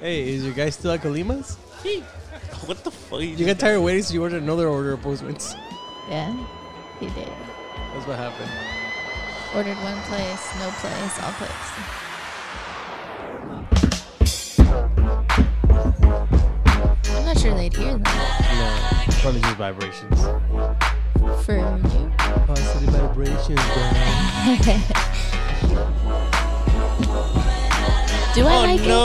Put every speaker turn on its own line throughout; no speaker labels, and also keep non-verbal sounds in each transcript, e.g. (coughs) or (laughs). Hey, is your guy still at Colima's?
What the fuck?
You got tired of waiting, so you ordered another order of Postmates.
Yeah, he did.
That's what happened.
Ordered one place, no place, all place. I'm not sure they'd hear that.
No, it's probably just vibrations.
For you. (laughs)
Positive vibrations, bro.
Do I
Oh
like it?
no!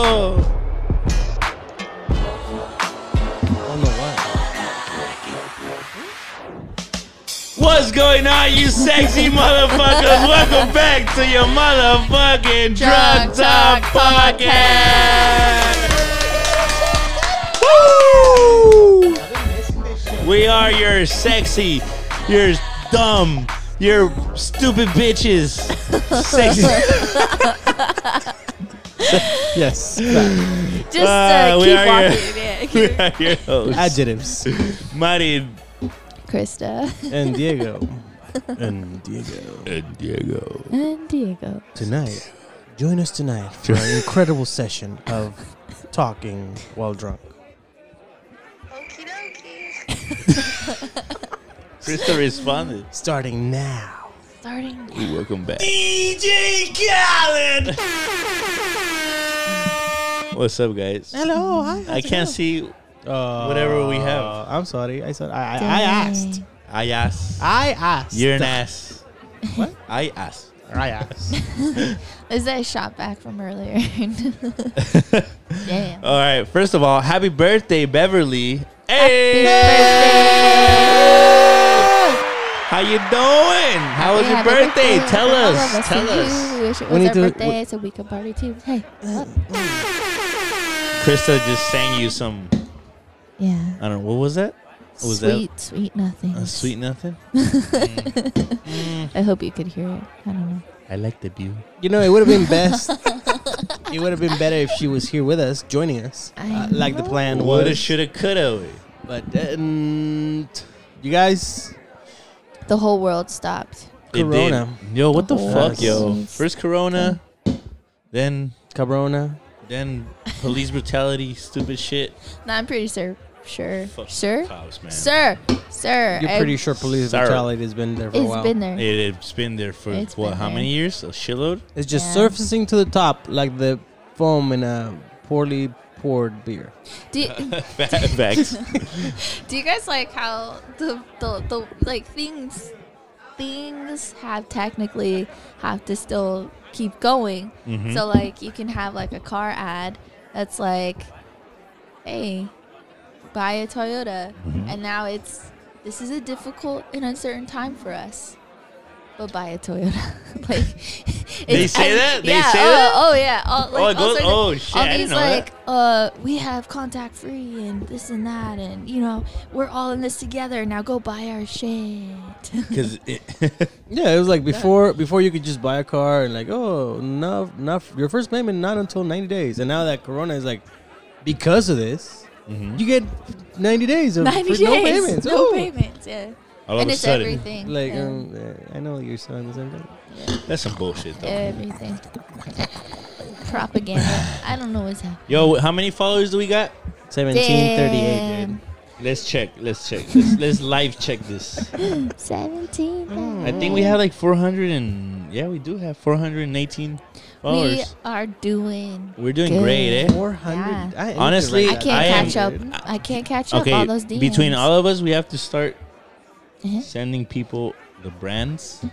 Oh no, what?
What's going on, you (laughs) sexy motherfuckers? Welcome back to your motherfucking
Drug
drug talk
Talk
podcast. Woo! We are your sexy, your dumb, your stupid (laughs) bitches. Sexy. (laughs)
Yes,
Just
Ah,
uh,
we
keep
are
walking.
(laughs)
Yeah,
We
keep-
are your hosts,
(laughs) adjectives.
Mari
(laughs) Krista
And Diego. And Diego.
and Diego.
and Diego.
Tonight, join us tonight for
(laughs)
an incredible session of talking while drunk.
Okie dokie.
Krista responded.
Starting now.
Starting now.
Welcome back. DJ Khaled! What's up, guys?
Hello, hi.
I can't see.
Uh,
Whatever we have.
I'm sorry. I said I, I, I asked.
I asked.
I asked.
You're an ass.
What?
I asked.
I asked.
Is that shot back
(laughs)
from earlier? (laughs) Damn.
All right. First of all, happy birthday, Beverly. Hey! How you doing? How was
Happy
your
happy
birthday? Tell
from all
us.
of
Tell
to
us.
you. Wish it
We
was
need
our
to-
birthday so we could party too. Hey.
Krista just sang you some.
Yeah.
I don't know. What was that? What was
sweet, sweet nothing.
that? A sweet nothing.
I hope you could hear it. I don't know.
I like the view.
You know, it would have been best.
(laughs)
it would have been better if she was here with us, joining us,
I
uh, like the
know.
plan was.
Woulda, shoulda, coulda.
But didn't. You guys,
The whole world stopped.
It did.
Corona.
Yo, what the
Oh,
fuck, yo?
jeez.
First Corona, then
Cabrona.
then police brutality, stupid shit.
No, I'm pretty sure. Sure.
Fuck
sure.
cops, man.
Sir. Sir.
You're
I-
pretty sure police
Sorry.
brutality has been there for a
It's
while.
been there.
It, has been there for
It's
what?
been
How
there.
many years? A shitload. (laughs)
It's just
Yeah.
surfacing to the top like the foam in a poorly poured beer.
Do, (laughs)
Facts.
do you guys like how the, the, the like things things have technically have to still keep going.
Mm-hmm.
So like you can have like a car ad that's like, hey, buy a Toyota,
Mm-hmm.
and now it's this is a difficult and uncertain time for us. But buy a Toyota. (laughs) like
They
it's-
say that? They
yeah,
say
oh,
that?
Oh yeah. All, like,
Oh, it
all
goes-
sorts of-
oh, shit,
All
I didn't
these
know that.
like uh, we have contact free and this and that, and you know, we're all in this together. Now go buy our shit.
(laughs)
(laughs)
Because it,
Yeah, it was like before. Before you could just buy a car and like, oh, no, not your first payment not until ninety days. And now that Corona is like, because of this,
Mm-hmm.
you get ninety days of
Ninety
free-
days,
no payments.
no
Oh.
payments, yeah.
all of
and
a
it's
sudden,
everything,
Like,
yeah.
um, uh, I know you're selling the same thing.
that's some bullshit though.
everything. Propaganda. I don't know what's happening.
Yo, how many followers do we got?
Seventeen thirty-eight, dude.
Let's check. Let's check. Let's, let's live check this.
Seventeen.
Mm. I think we have like 400 and yeah, we do have 418
We
followers.
are doing.
We, are doing
good.
great, eh?
Four hundred.
Yeah.
Honestly,
I can't
I am-
catch up. I can't catch up
okay,
all those DMs.
between all of us, we have to start
Uh-huh.
sending people the brands.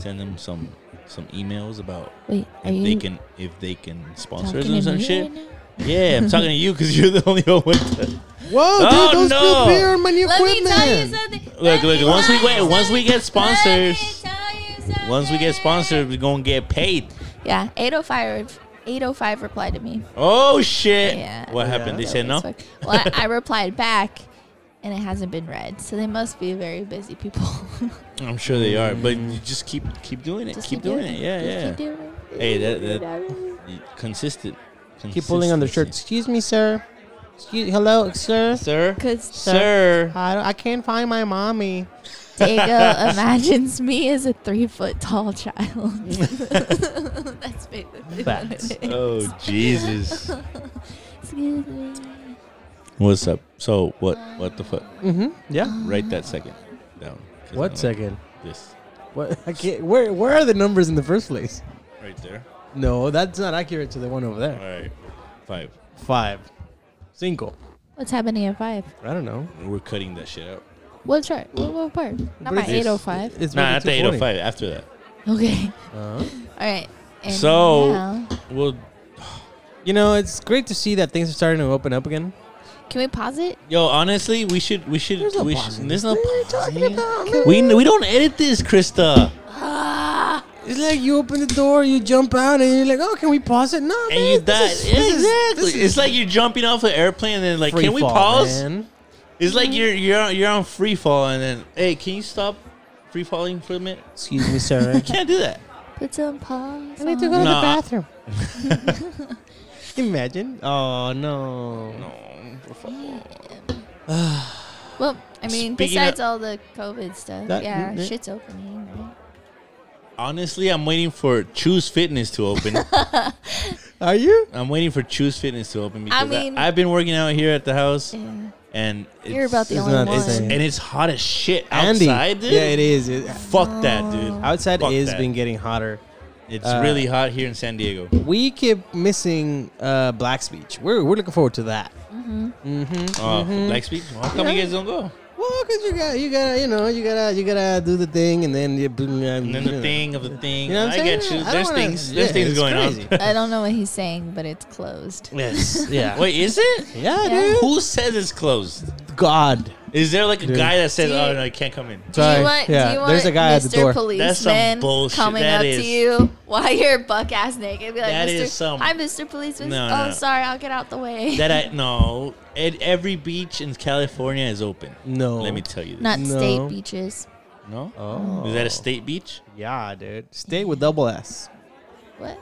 Send them some some emails about
Wait, uh-huh. are
if
you
they can if they can sponsor us
talking
and
to
some
me
shit.
right now?
yeah, I'm talking to you because you're the only one with. The,
Whoa, dude!
Oh,
don't
no.
spill beer on my new
Let me
equipment.
tell you something.
look,
Let me
look. Once we
tell
wait,
you
once we get
something. Let me
sponsors,
tell you something.
once we get sponsored, we're gonna get paid.
Yeah, 805, 805 replied to me.
Oh shit!
Yeah.
What happened? They
So
said no.
Facebook. Well, I, I
(laughs)
replied back, and it hasn't been read. So they must be very busy people. (laughs)
I'm sure they are, but you just keep keep doing it.
Just
keep doing it. Yeah, yeah.
Just keep doing it.
Hey,
(laughs)
that- Y- Consistent.
Keep pulling on their shirts.
Consistency.
Excuse me, sir. Excuse, hello, sir.
sir.
Cause
Sir.
I, I can't find my mommy.
(laughs)
Diego imagines me as a three foot tall child.
(laughs)
(laughs) That's basically what
Facts.
it is.
Oh Jesus!
Excuse me.
What's up? So what? What the fuck?
Mm-hmm. Yeah.
Right that second down. 'Cause I
What
don't-
second?
This
What? (laughs) I can't. Where? Where are the numbers in the first place?
right there.
No, that's not accurate to the one over
All
there.
right, five.
Five, cinco.
What's happening at five?
I don't know.
We're cutting that shit out.
What chart? What, what part? Not my
Bridges.
eight oh five.
It's
Nah,
maybe
not the
220.
805. After that,
Okay. (laughs)
Uh-huh.
All right. And
So-
now-
well,
You know, it's great to see that things are starting to open up again.
can we
(sighs)
pause it?
yo, honestly, we should, we should,
There's no
we
pausing.
should. There's no pausing. We we don't edit this, Krista.
It's like you open the door, you jump out, and you're like, "Oh, can we pause it?" No,
And you
man,
die.
this is space.
Exactly.
This is
It's like you're jumping off an airplane and then like,
free
can we
fall,
pause?
man.
It's like you're you're on, you're on free fall and then, hey, can you stop free falling for a minute?
Excuse me, (laughs) sir.
Can't do that.
Put some pause.
to
on.
the Nah.
bathroom. (laughs) Imagine. Oh no.
No. por favor. (sighs)
Well, I
Speaking
mean, besides all the COVID stuff,
That-
yeah,
mm, mm.
shit's opening. Right?
Honestly, I'm waiting for Choose Fitness to
(laughs)
open.
Are you?
I'm waiting for Choose Fitness to open because I
mean-
have been working out here at the house
Yeah.
and it's,
You're about the
It's
only
not
one.
the same.
and it's hot as shit
Andy.
outside, dude.
Yeah, it is. It-
Fuck that, dude.
Oh.
outside
Fuck
is
that.
been getting hotter.
It's
uh,
really hot here in San Diego. Oh,
We keep missing uh, Black's Beach. We're we're looking forward to that. Mm-hmm.
Oh, Black Speech. How come you guys don't go?
Well, cause you got you gotta you know you gotta you gotta do the thing and then you
And then the thing of the thing.
You know what I'm
I get
saying?
you.
I don't
There's
wanna-
things.
yeah,
There's things
it's
going
crazy.
(laughs) on.
I don't know what he's saying, but it's
(laughs)
closed.
Yes.
Yeah.
Wait, is it?
Yeah,
Yeah.
dude.
Who says it's closed?
God.
Is there like a
Dude.
guy that says,
Do you-
"Oh no, I can't come in"?
Do
Sorry.
you want?
Yeah,
do you want
there's a guy at
Mr.
the door.
That's some
Policeman
bullshit.
coming
That
up
is-
to you while you're buck ass naked? Be like,
That
Mr.
is some-
I'm Mr. Policeman.
No,
oh,
no.
sorry, I'll get out the way.
That I no. At every beach in California is open.
No.
Let me tell you. This.
(laughs) Not
No.
state beaches.
Oh. no.
Oh.
Is that a state (laughs) beach?
Yeah, dude. Stay with double S.
What?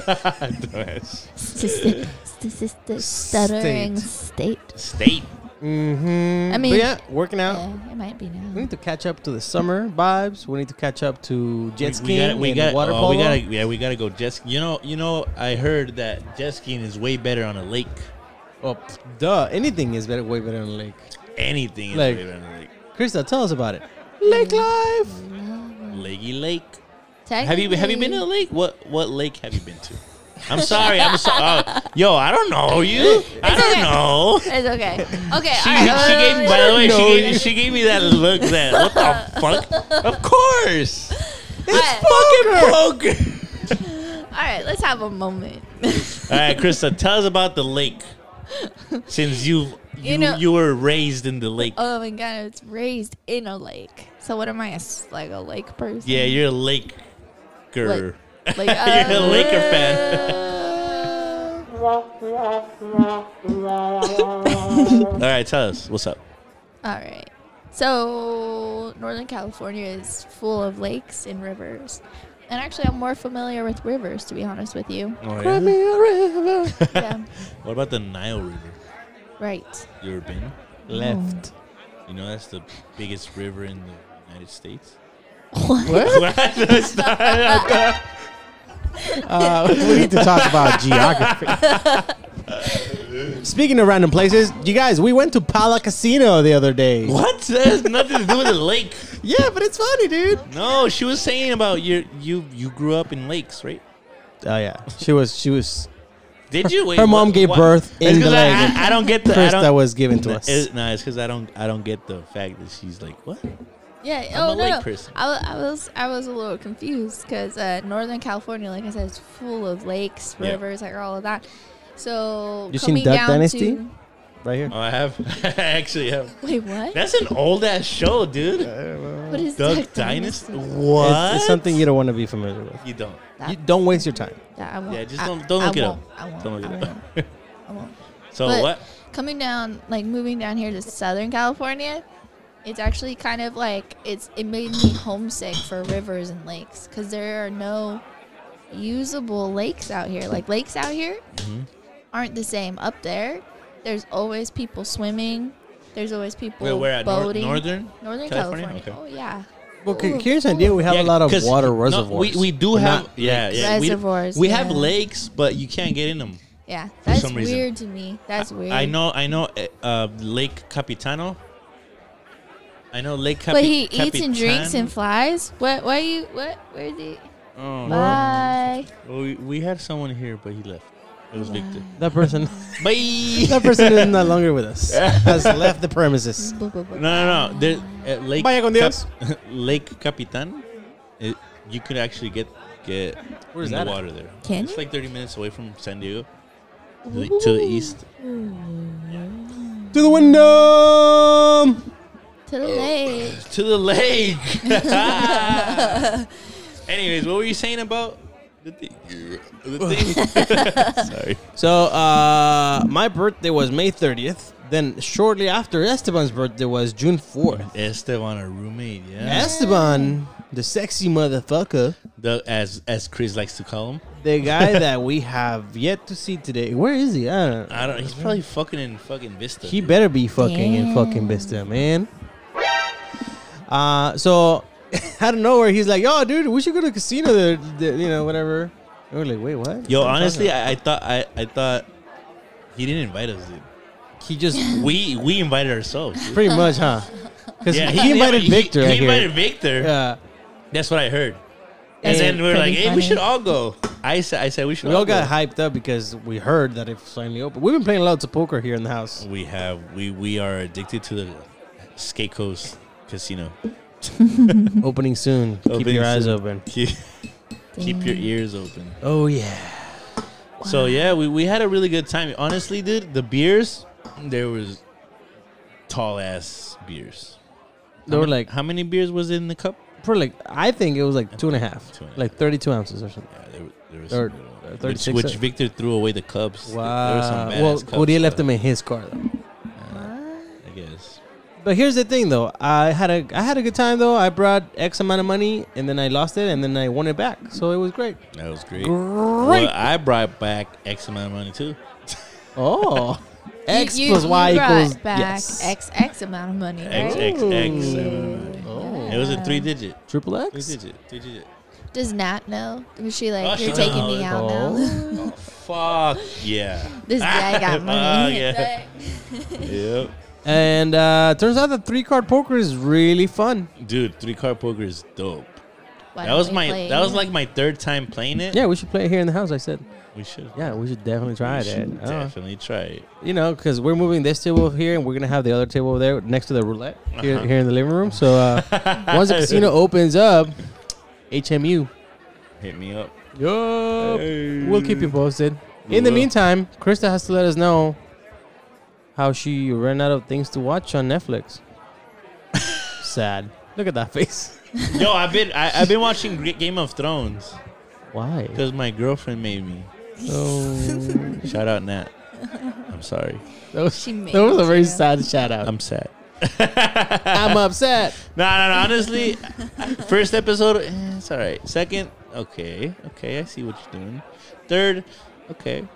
Dumbass.
St- st- st- st- stuttering state.
state.
Mm-hmm.
I mean-
but yeah, working out.
Yeah, it might be
We
Hmm?
now.
need to catch up to the summer vibes. We need to catch up to jet
we
skiing
gotta, we
and
gotta,
water
oh, we
polo.
gotta, yeah, we gotta go jet ski. You know, you know, I heard that jet skiing is way better on a lake.
Oh, pff, duh. Anything is better, way better than lake.
Anything is
Like-
way better on a lake.
Krista, tell us about it. Lake
Mm.
life.
Leggy lake. Have you have you been to a
Technically-
lake? What what lake have you been to? (laughs) I'm sorry. I'm sorry. Oh, yo, I don't know you. I
It's
don't
okay.
know. (laughs)
It's okay. Okay.
She,
all
she
right, wait, wait,
gave.
wait,
By the
wait.
way, she
know
gave,
you.
she gave me that look. That what the
(laughs)
fuck? Of course.
Alright,
(laughs) Fucking poker.
All right, let's have a moment. (laughs)
All right, Krista, tell us about the lake. Since you you you,
know-
were raised in the lake.
oh my god, it's raised in a lake. So what am I, a s- like a lake person?
yeah, you're a laker.
Like-
(laughs)
like, uh,
You're a Laker
fan.
All right, tell us what's up.
(laughs) All right. So Northern California is full of lakes and rivers. And actually, I'm more familiar with rivers, to be honest with
(laughs)
you.
Oh,
Yeah,
What about the Nile River?
right.
You ever been? Oh.
Left.
You know that's the biggest river in the United
(laughs)
States.
What?
What? That's not-
(laughs) Uh, we need to talk about geography. (laughs) Speaking of random places, you guys, we went to Pala Casino the other day.
what? That has nothing to do with the lake.
Yeah, but it's funny, dude.
No, she was saying about your you you grew up in lakes, right?
Oh yeah, she was she was
Did you? Wait,
Her mom gave birth
It's
in
'cause
the
I,
lake.
I, I don't get the. I
Chris that
don't,
was given to
no,
us.
It, no, it's because I don't. I don't get the fact that she's like what?
Yeah.
I'm
oh
a
no,
lake
no.
person.
I, wa- I was I was a little confused because uh, Northern California, like I said, is full of lakes,
Yeah.
rivers, like all of that. So
You seen
coming
Duck
down
Dynasty?
to (laughs)
right here.
Oh, I have. (laughs) I actually have.
wait, what?
That's an old ass show, dude.
what is
Duck Dynasty. What?
It's, it's something you don't want to be familiar with.
you don't.
That-
You don't waste your time.
that I won't,
Yeah, just
I-
don't- don't
I
look it up.
won't, I won't.
Don't look
I
it
won't.
up.
I won't.
So
But-
what?
coming down like moving down here to southern california it's actually kind of like it's it made me homesick for rivers and lakes because there are no usable lakes out here like lakes
Mm-hmm.
out here aren't the same up there there's always people swimming There's always people
Where we're at nor-
boating.
Northern
Northern
California?
California.
Okay.
Oh yeah.
Well, c-
Ooh.
here in San Diego, we have
Yeah,
a lot of
'cause-
water
no,
reservoirs.
we, we do
But
have
not-
yeah, yeah we-
Reservoirs,
We, have
yeah.
lakes, but you can't get in them.
Yeah, that's
some reason.
weird to me. That's weird.
I know, I know, uh, uh, Lake Capitano. I know Lake Capitano.
But he eats and drinks and flies. What? Why you? What? Where did? He?
Oh,
Bye.
we, we had someone here, but he left. It was Victor.
that
(laughs)
person,
Bye.
that person is no longer with us. Has left the premises.
Blah, blah, blah.
No, no, no. There, at Lake
Vaya con Dios.
(laughs) Lake Capitan, it, you could actually get get
Where's
in
that
the
at?
water there.
Can
it's
you?
like 30 minutes away from San Diego to the, to the east.
To the window.
To
Oh,
the lake.
To the lake. (laughs) Anyways, what were you saying about the thing? The thing? Sorry.
So uh, my birthday was May 30th. Then shortly after Esteban's birthday was June 4th.
Esteban, a roommate, yeah.
Esteban, the sexy motherfucker,
The, as as Chris likes to call him.
the guy that we have yet to see today. Where is he? I don't know.
I don't. He's probably fucking in fucking Vista.
He better be fucking in fucking
Damn.
Vista, man. Uh, so (laughs) out of nowhere, he's like, "Yo, dude, we should go to the casino. The, the- you know, whatever." And we're like, "Wait, what?"
Yo,
What are you
honestly,
talking
I, I thought I, I thought he didn't invite us, dude.
about?" he just
We we invited ourselves. dude.
pretty much,
(laughs)
huh? Because (laughs)
Yeah,
he, invited
he-
Victor.
He,
I hear.
invited Victor.
Yeah.
That's what I heard. And
That's
then we were like,
pretty
"Hey, we
funny.
should all go." I said, "I said we should."
We all got
go.
hyped up because we heard that it's finally open. We've been playing lots of poker here in the house.
We have we we are addicted to the Skate Coast Casino.
Opening soon. Keep
Opening
your eyes
soon.
open.
(laughs) Keep, keep your
Damn.
ears open.
Oh yeah.
So yeah, we, we had a really good time. Honestly, dude, the beers there was tall ass beers.
They were like
How many beers was in the cup?
probably like I think it was like two and a half.
Two and a half.
Like thirty two ounces or something.
Yeah, there, were- there was
Third-
some good ones.
uh,
Which-
36
which,
cents.
Victor threw away the cups. There were some
Wow.
badass
Well,
cups,
Uriel left
but-
them in his car though.
I guess.
But here's the thing though. I had a I had a good time though. I brought X amount of money and then I lost it and then I won it back. So it was great.
That was great.
Great.
Well, I brought back X amount of money too.
Oh. X
You- you-
plus
you
Y
brought
equals
back
yes.
X X amount of money.
X,
Right?
X, X.
Ooh.
Yeah.
It was a three digit.
Triple
Three
X.
digit. Three digit.
Does Nat know? Was she like,
Oh, she
you're taking me
knows.
out
(laughs)
now? (laughs)
Oh, fuck yeah.
this guy got money.
Oh, yeah.
(laughs)
yep.
And uh, turns out that three card poker is really fun.
Dude, three card poker is dope.
Why
That
don't
was
we
my
play?
that was like my third time playing it.
Yeah, we should play it here in the house. I said,
We should.
yeah, we should definitely try
We
it.
should
Uh,
definitely try it.
you know, because we're moving this table over here and we're gonna have the other table over there next to the roulette here,
Uh-huh.
here in the living room. So uh,
(laughs)
once the casino opens up, HMU,
Hit me up.
yo, Uh, we'll keep you posted.
We
in the
will.
meantime, Krista has to let us know how she ran out of things to watch on
(laughs)
Netflix. Sad. Look at that face.
Yo, I've been I, I've been watching Gre- Game of Thrones
Why?
because my girlfriend made me.
Oh.
Shout out Nat. I'm sorry.
That was,
She made
that was a
it,
very
yeah.
sad shout out.
I'm sad.
(laughs) I'm upset.
No, no, no. Honestly, first episode, eh, it's all right. Second, okay, okay, I see what you're doing. Third, okay,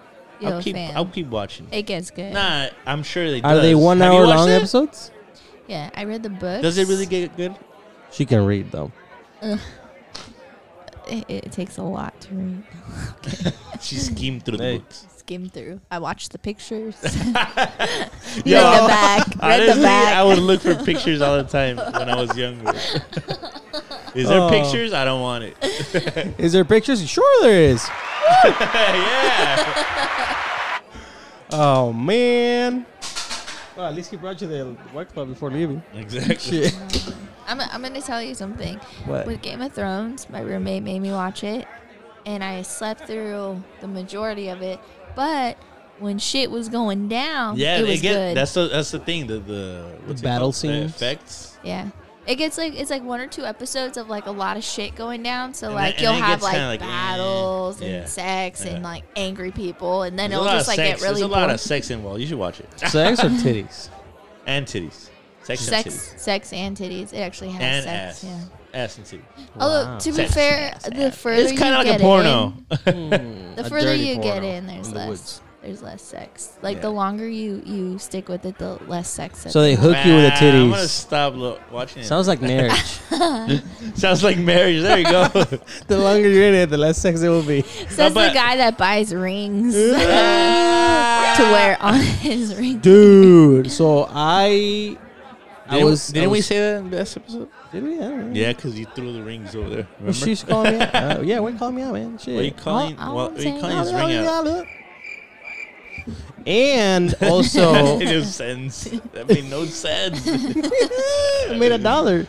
Yo,
I'll keep,
fam.
I'll keep watching.
It gets good.
Nah, I'm sure they.
Are they
does.
one
Have you
hour
watched
long
it?
episodes?
Yeah, I read the book.
Does it really get good?
She can read though.
It, it takes a lot to read.
She skimmed through
Hey.
the books.
Skim through. I watched the pictures.
(laughs)
(laughs) read
Yo,
the back. Read
Honestly,
the back.
I would look for pictures all the time when I was
(laughs)
younger. Is there
Oh.
pictures? I don't want it. (laughs)
Is there pictures? Sure there is.
yeah.
Oh man. Well, at least he brought you the white club before leaving.
Exactly.
I'm, I'm going to tell you something.
(laughs) What?
With Game of Thrones, my roommate made me watch it, and I slept through the majority of it. But when shit was going down,
Yeah,
Oh, it
they
was
get
good.
that's the that's the thing. The the what's it
Battle
called? The
scenes.
effects.
yeah. It gets like it's like one or two episodes of like a lot of shit going down. So
And
like
then-
you'll
and then it
have
gets
like,
kinda like, eh,
battles and
yeah,
sex
yeah.
and like angry people, and then
There's
it'll
a lot
just
of
like
sex.
get really
There's a lot
boring.
of sex involved. You should watch it.
Sex
(laughs)
or titties?
And titties. Sex, and
sex,
titties.
sex and titties. It actually has
And
sex.
ass.
Yeah.
Ass and titties.
Wow.
Although to be
Sex and
fair,
ass,
the
ass.
further
it's
(laughs)
you
kind of like
get
a porno.
in, the further you get in, there's less. there's less sex. Like
Yeah.
the longer you you stick with it, the less sex.
So they hook you with the
Ah, I'm gonna
titties.
stop lo- watching it.
Sounds like
(laughs)
marriage.
Sounds like marriage. There you go.
(laughs) the longer you're in it, the less sex it will be.
says the
but-
guy that buys rings (laughs) (laughs) to wear on his ring.
Dude, so I. I
Didn't-
was.
Didn't
I
we
was-
say that in the last episode?
Did we? I don't know.
Yeah, because you threw the rings over there.
Well,
Remember?
she's calling me out. (laughs) Uh, yeah, we're calling me out, man. Shit.
What are you calling?
Oh,
what
I'm
are you
saying-
calling his ring out?
And also, (laughs)
(laughs) That made no sense. That made no sense.
(laughs)
I made a dollar.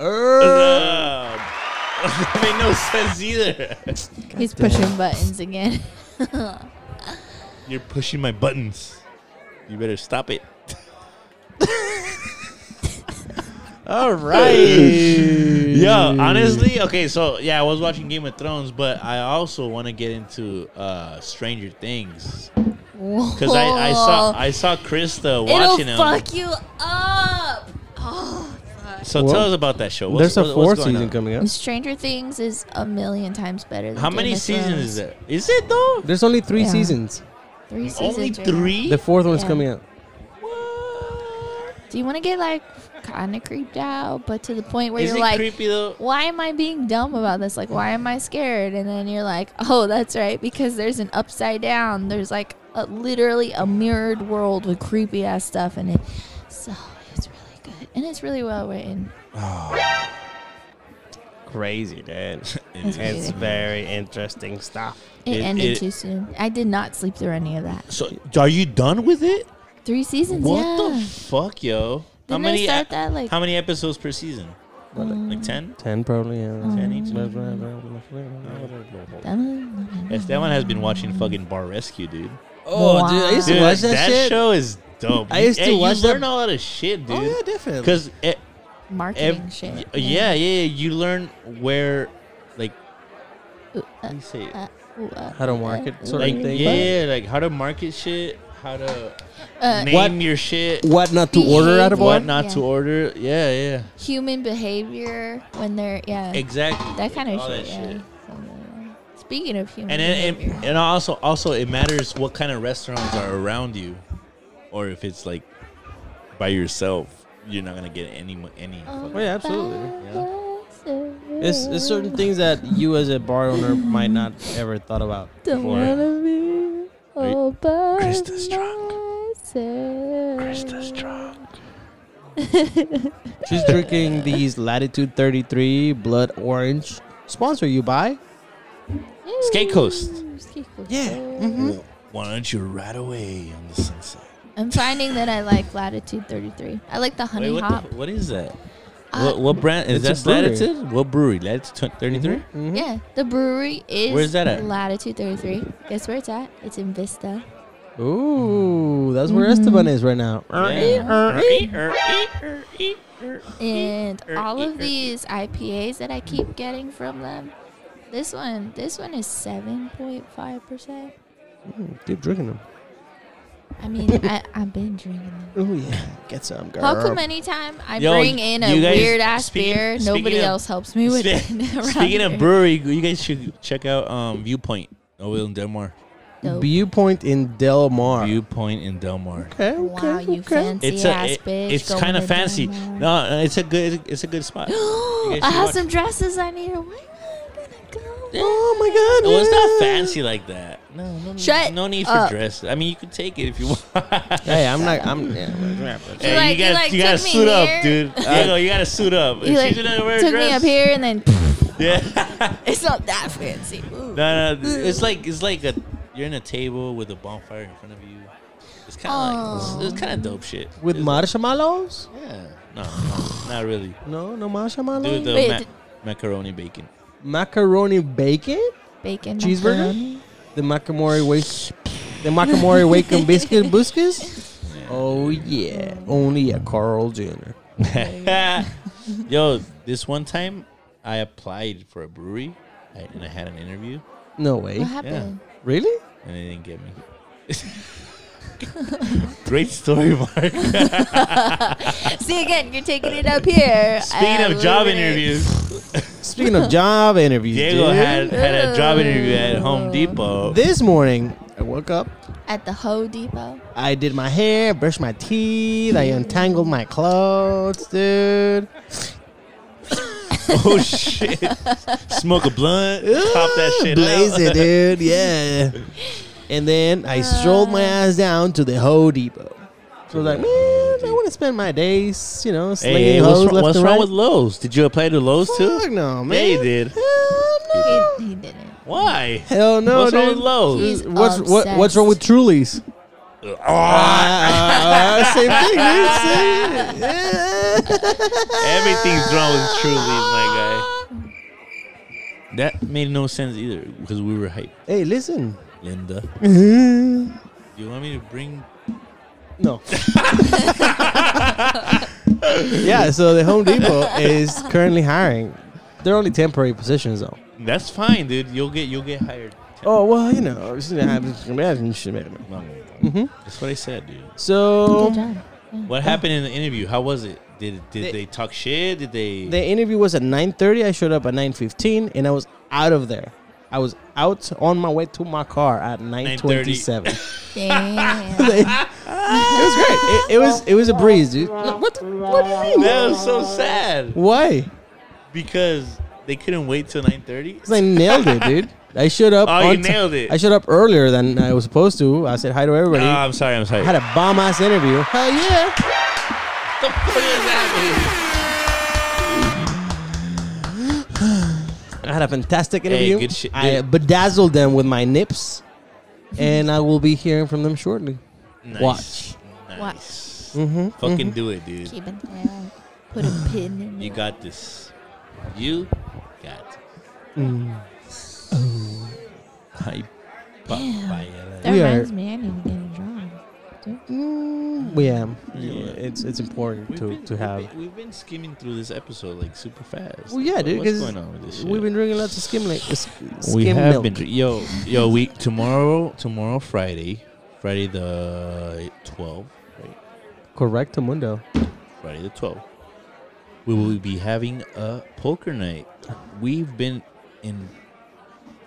Er.
that made no sense either.
He's
damn.
pushing buttons again.
(laughs) You're pushing my buttons. You better stop it.
All right. (laughs) yeah,
Yo,
Mm.
honestly, okay, so yeah, I was watching Game of Thrones, but I also want to get into uh Stranger Things because I, I saw I saw Krista
It'll
watching them.
fuck you up. Oh, fuck.
So
Well,
tell us about that show.
There's a
what-
fourth
going
season
on?
coming up.
And Stranger Things is a million times better. Than
How many
Game of
seasons
Thrones.
is there? Is it though?
There's only three
Yeah.
seasons.
Three seasons.
Only
right now.
three.
The fourth one's
Yeah.
coming up.
Do you want to get like kind of creeped out, but to the point where
Is
you're
it
like,
creepy though?
why am I being dumb about this? Like, why am I scared? And then you're like, oh, that's right, because there's an upside down. There's like a, literally a mirrored world with creepy ass stuff in it. So it's really good, and it's really well written.
Crazy, (laughs) dude.
It's It's crazy.
very interesting stuff.
It,
It-
ended
it-
too soon. I did not sleep through any of that.
So are you done with it?
Three seasons.
What
yeah.
the fuck, yo? how
Didn't
many? e-
I start that like? mm,
How many episodes per season? What, like- like ten?
Ten probably. Yeah.
Ten each.
um,
Yes, that one has been watching fucking Bar Rescue, dude.
Oh, dude, I used to
Dude,
watch
that,
that, shit.
show is dope.
I used to
Hey,
watch
you
that-
learn a lot of shit, dude.
Oh yeah, definitely.
Because
marketing
ev-
shit.
yeah, yeah, yeah, you learn where, like,
Ooh,
how do you say it?
uh, ooh, uh,
How to market
uh,
certain
like,
thing.
yeah, like how to market shit, how to
Uh,
name
What-
your shit,
What not to order out of
Behavior.
what
one?
not to
Yeah.
order. Yeah, yeah,
human behavior when they're yeah
exactly.
that kind of
all
shit,
that
yeah.
shit.
Something like that. Speaking of human
And then,
behavior,
and, and also, also, it matters what kind of restaurants are around you, or if it's like by yourself, you're not gonna get any mo- any. fucking-
Oh yeah, absolutely.
absolutely.
It's, it's certain things that you as a bar owner might not ever thought about
Don't
before.
wanna be
Are you-
all by
Krista's drunk.
myself.
She's drinking these Latitude 33 Blood Orange. Sponsor you by?
Ooh,
Skate Coast. mm-hmm.
Skate Coast.
Yeah, mhm.
Why don't you ride away on the sunset?
I'm finding that I like Latitude 33. I like the honey
Wait, what,
hop.
the- what is that?
Uh,
what, what brand is
It's
that?
a brewery.
Latitude? What brewery? Latitude thirty three.
Mhm.
Yeah, the brewery is
Where's that at?
Latitude 33. Guess where it's at? It's in Vista.
Ooh, that's
Mm-hmm.
where Esteban is right now.
and
Er,
all of these IPAs that I keep getting from them. This one, this one is seven point five percent.
Mm, Keep drinking them.
(laughs)
I mean, I, I've been drinking them.
Oh yeah, get some girl.
How come anytime I
Yo,
bring in a
you guys-
weird ass
speaking-
beer,
speaking
nobody
of-
else helps me with it? (laughs) (laughs) around
Speaking of
here?
brewery, you guys should check out um, Viewpoint over in Delmar.
Dope. (gasps)
Viewpoint in Del Mar.
Viewpoint in Delmar.
okay, okay,
wow, you
okay.
fancy
It's a
ass
it-
bitch.
it's
going
kind of
to
fancy.
Denmark.
No, no, it's a good it's a good
(gasps)
spot. guys
I
should
have
watch-
some dresses I need. Where am I gonna go?
Oh my god.
No, it's
(laughs)
not
yeah.
fancy like that. No, no,
Shut
no need for
up.
dress. I mean, you could take it if you (laughs) want.
Hey, I'm like I'm
(laughs)
yeah,
You like- you
gotta,
like
you gotta
took me
suit
here.
up,
(laughs)
dude. Diego, you gotta suit up.
You
If
like,
she's gonna wear a
took
dress,
me up here and then (laughs)
Yeah. (laughs)
it's not that fancy. Ooh.
no, no, it's like it's like a you're in a table with a bonfire in front of you. It's kind of
Oh.
like it's, it's kind of dope shit.
with
It's-
marshmallows?
yeah, no, no, not
(laughs)
really.
No, no
Dude,
marshmallows.
the
Wait,
ma-
did-
macaroni bacon.
Macaroni bacon?
Bacon
Cheeseburger?
macaroni.
The Macamori wake, the Macamori wake and
(laughs)
biscuit buscus. Oh yeah, only a Carl Jr.
(laughs) Yo, this one time I applied for a brewery I, and I had an interview
No way,
What happened?
really?
and they didn't get
(laughs)
me. Great story,
(laughs)
Mark.
See again, you're taking it up here.
Speaking of job interviews,
Speaking of job interviews,
Diego
dude, Oh. (laughs)
had, had a job interview at Home Depot. (laughs)
this morning I woke up.
at the Ho Depot.
I did my hair, brushed my teeth, I untangled my clothes, dude.
oh shit! Smoke a blunt, pop that shit,
Ah, Blaze
out.
it, dude.
(laughs)
Yeah. And then I strolled my ass down to the Ho Depot. So I was like, man, I want to spend my days, you know, slinging
Hey, hey,
hoes
what's, wrong,
left
what's
and
wrong
right.
with Lowe's? Did you apply to Lowe's
Fuck
too?
no, man.
Yeah, you did.
Hell no.
He, he didn't.
Why?
Hell no,
what's
dude.
wrong with Lowe's?
He's-
What's what, what's wrong with Truly's? Ah, same thing, dude.
(laughs)
Same. Yeah.
Everything's wrong with Truly, my guy. That made no sense either because we were hyped.
hey, listen.
Linda,
no.
do you want me to bring?
(laughs) yeah, so the Home Depot is currently hiring. They're only temporary positions, though.
That's fine, dude. You'll get you'll get hired.
Oh well, you know, it's gonna happen. It's gonna happen, shit, man.
No,
Mhm.
That's what I said, dude.
Good
So
job. (laughs)
What happened in the interview? How was it? Did did
They-
they, talk shit? Did they?
the interview was at nine thirty. I showed up at nine fifteen, and I was out of there. I was out on my way to my car at nine twenty seven.
Damn.
(laughs) it was great. It, it was it was a breeze, dude. No, What the- what do you mean?
that was so sad
Why?
because they couldn't wait till nine thirty.
'Cause I nailed it,
(laughs)
dude. I showed up.
Oh, you
on ti-
nailed it. Ah.
I showed up earlier than I was supposed to. I said hi to everybody.
I'm sorry. I'm sorry.
I had a bomb ass interview. Hell yeah!
the fuck is happening?
I had a fantastic
Hey,
interview.
good shit,
I
dude.
bedazzled them with my nips, and I will be hearing from them shortly.
Nice.
Watch.
Nice.
Mm-hmm.
Fucking do it, dude.
Keep it down. Put a pin in
You
it.
got this. You got. Hi, pa- paella.
That
We are-
reminds me, I need to get a drawing.
Mm, yeah.
Yeah.
it's it's important
We've
to,
been-
to have.
We've been, we've been skimming through this episode like super fast.
Well, yeah,
Like,
dude,
What's
'cause
going on with this shit?
We've been drinking lots of skim like uh, s- skim
we have
milk.
been dr- yo yo we tomorrow tomorrow Friday Friday the 12th right
Correct, Mundo.
Friday the 12th we will be having a poker night we've been in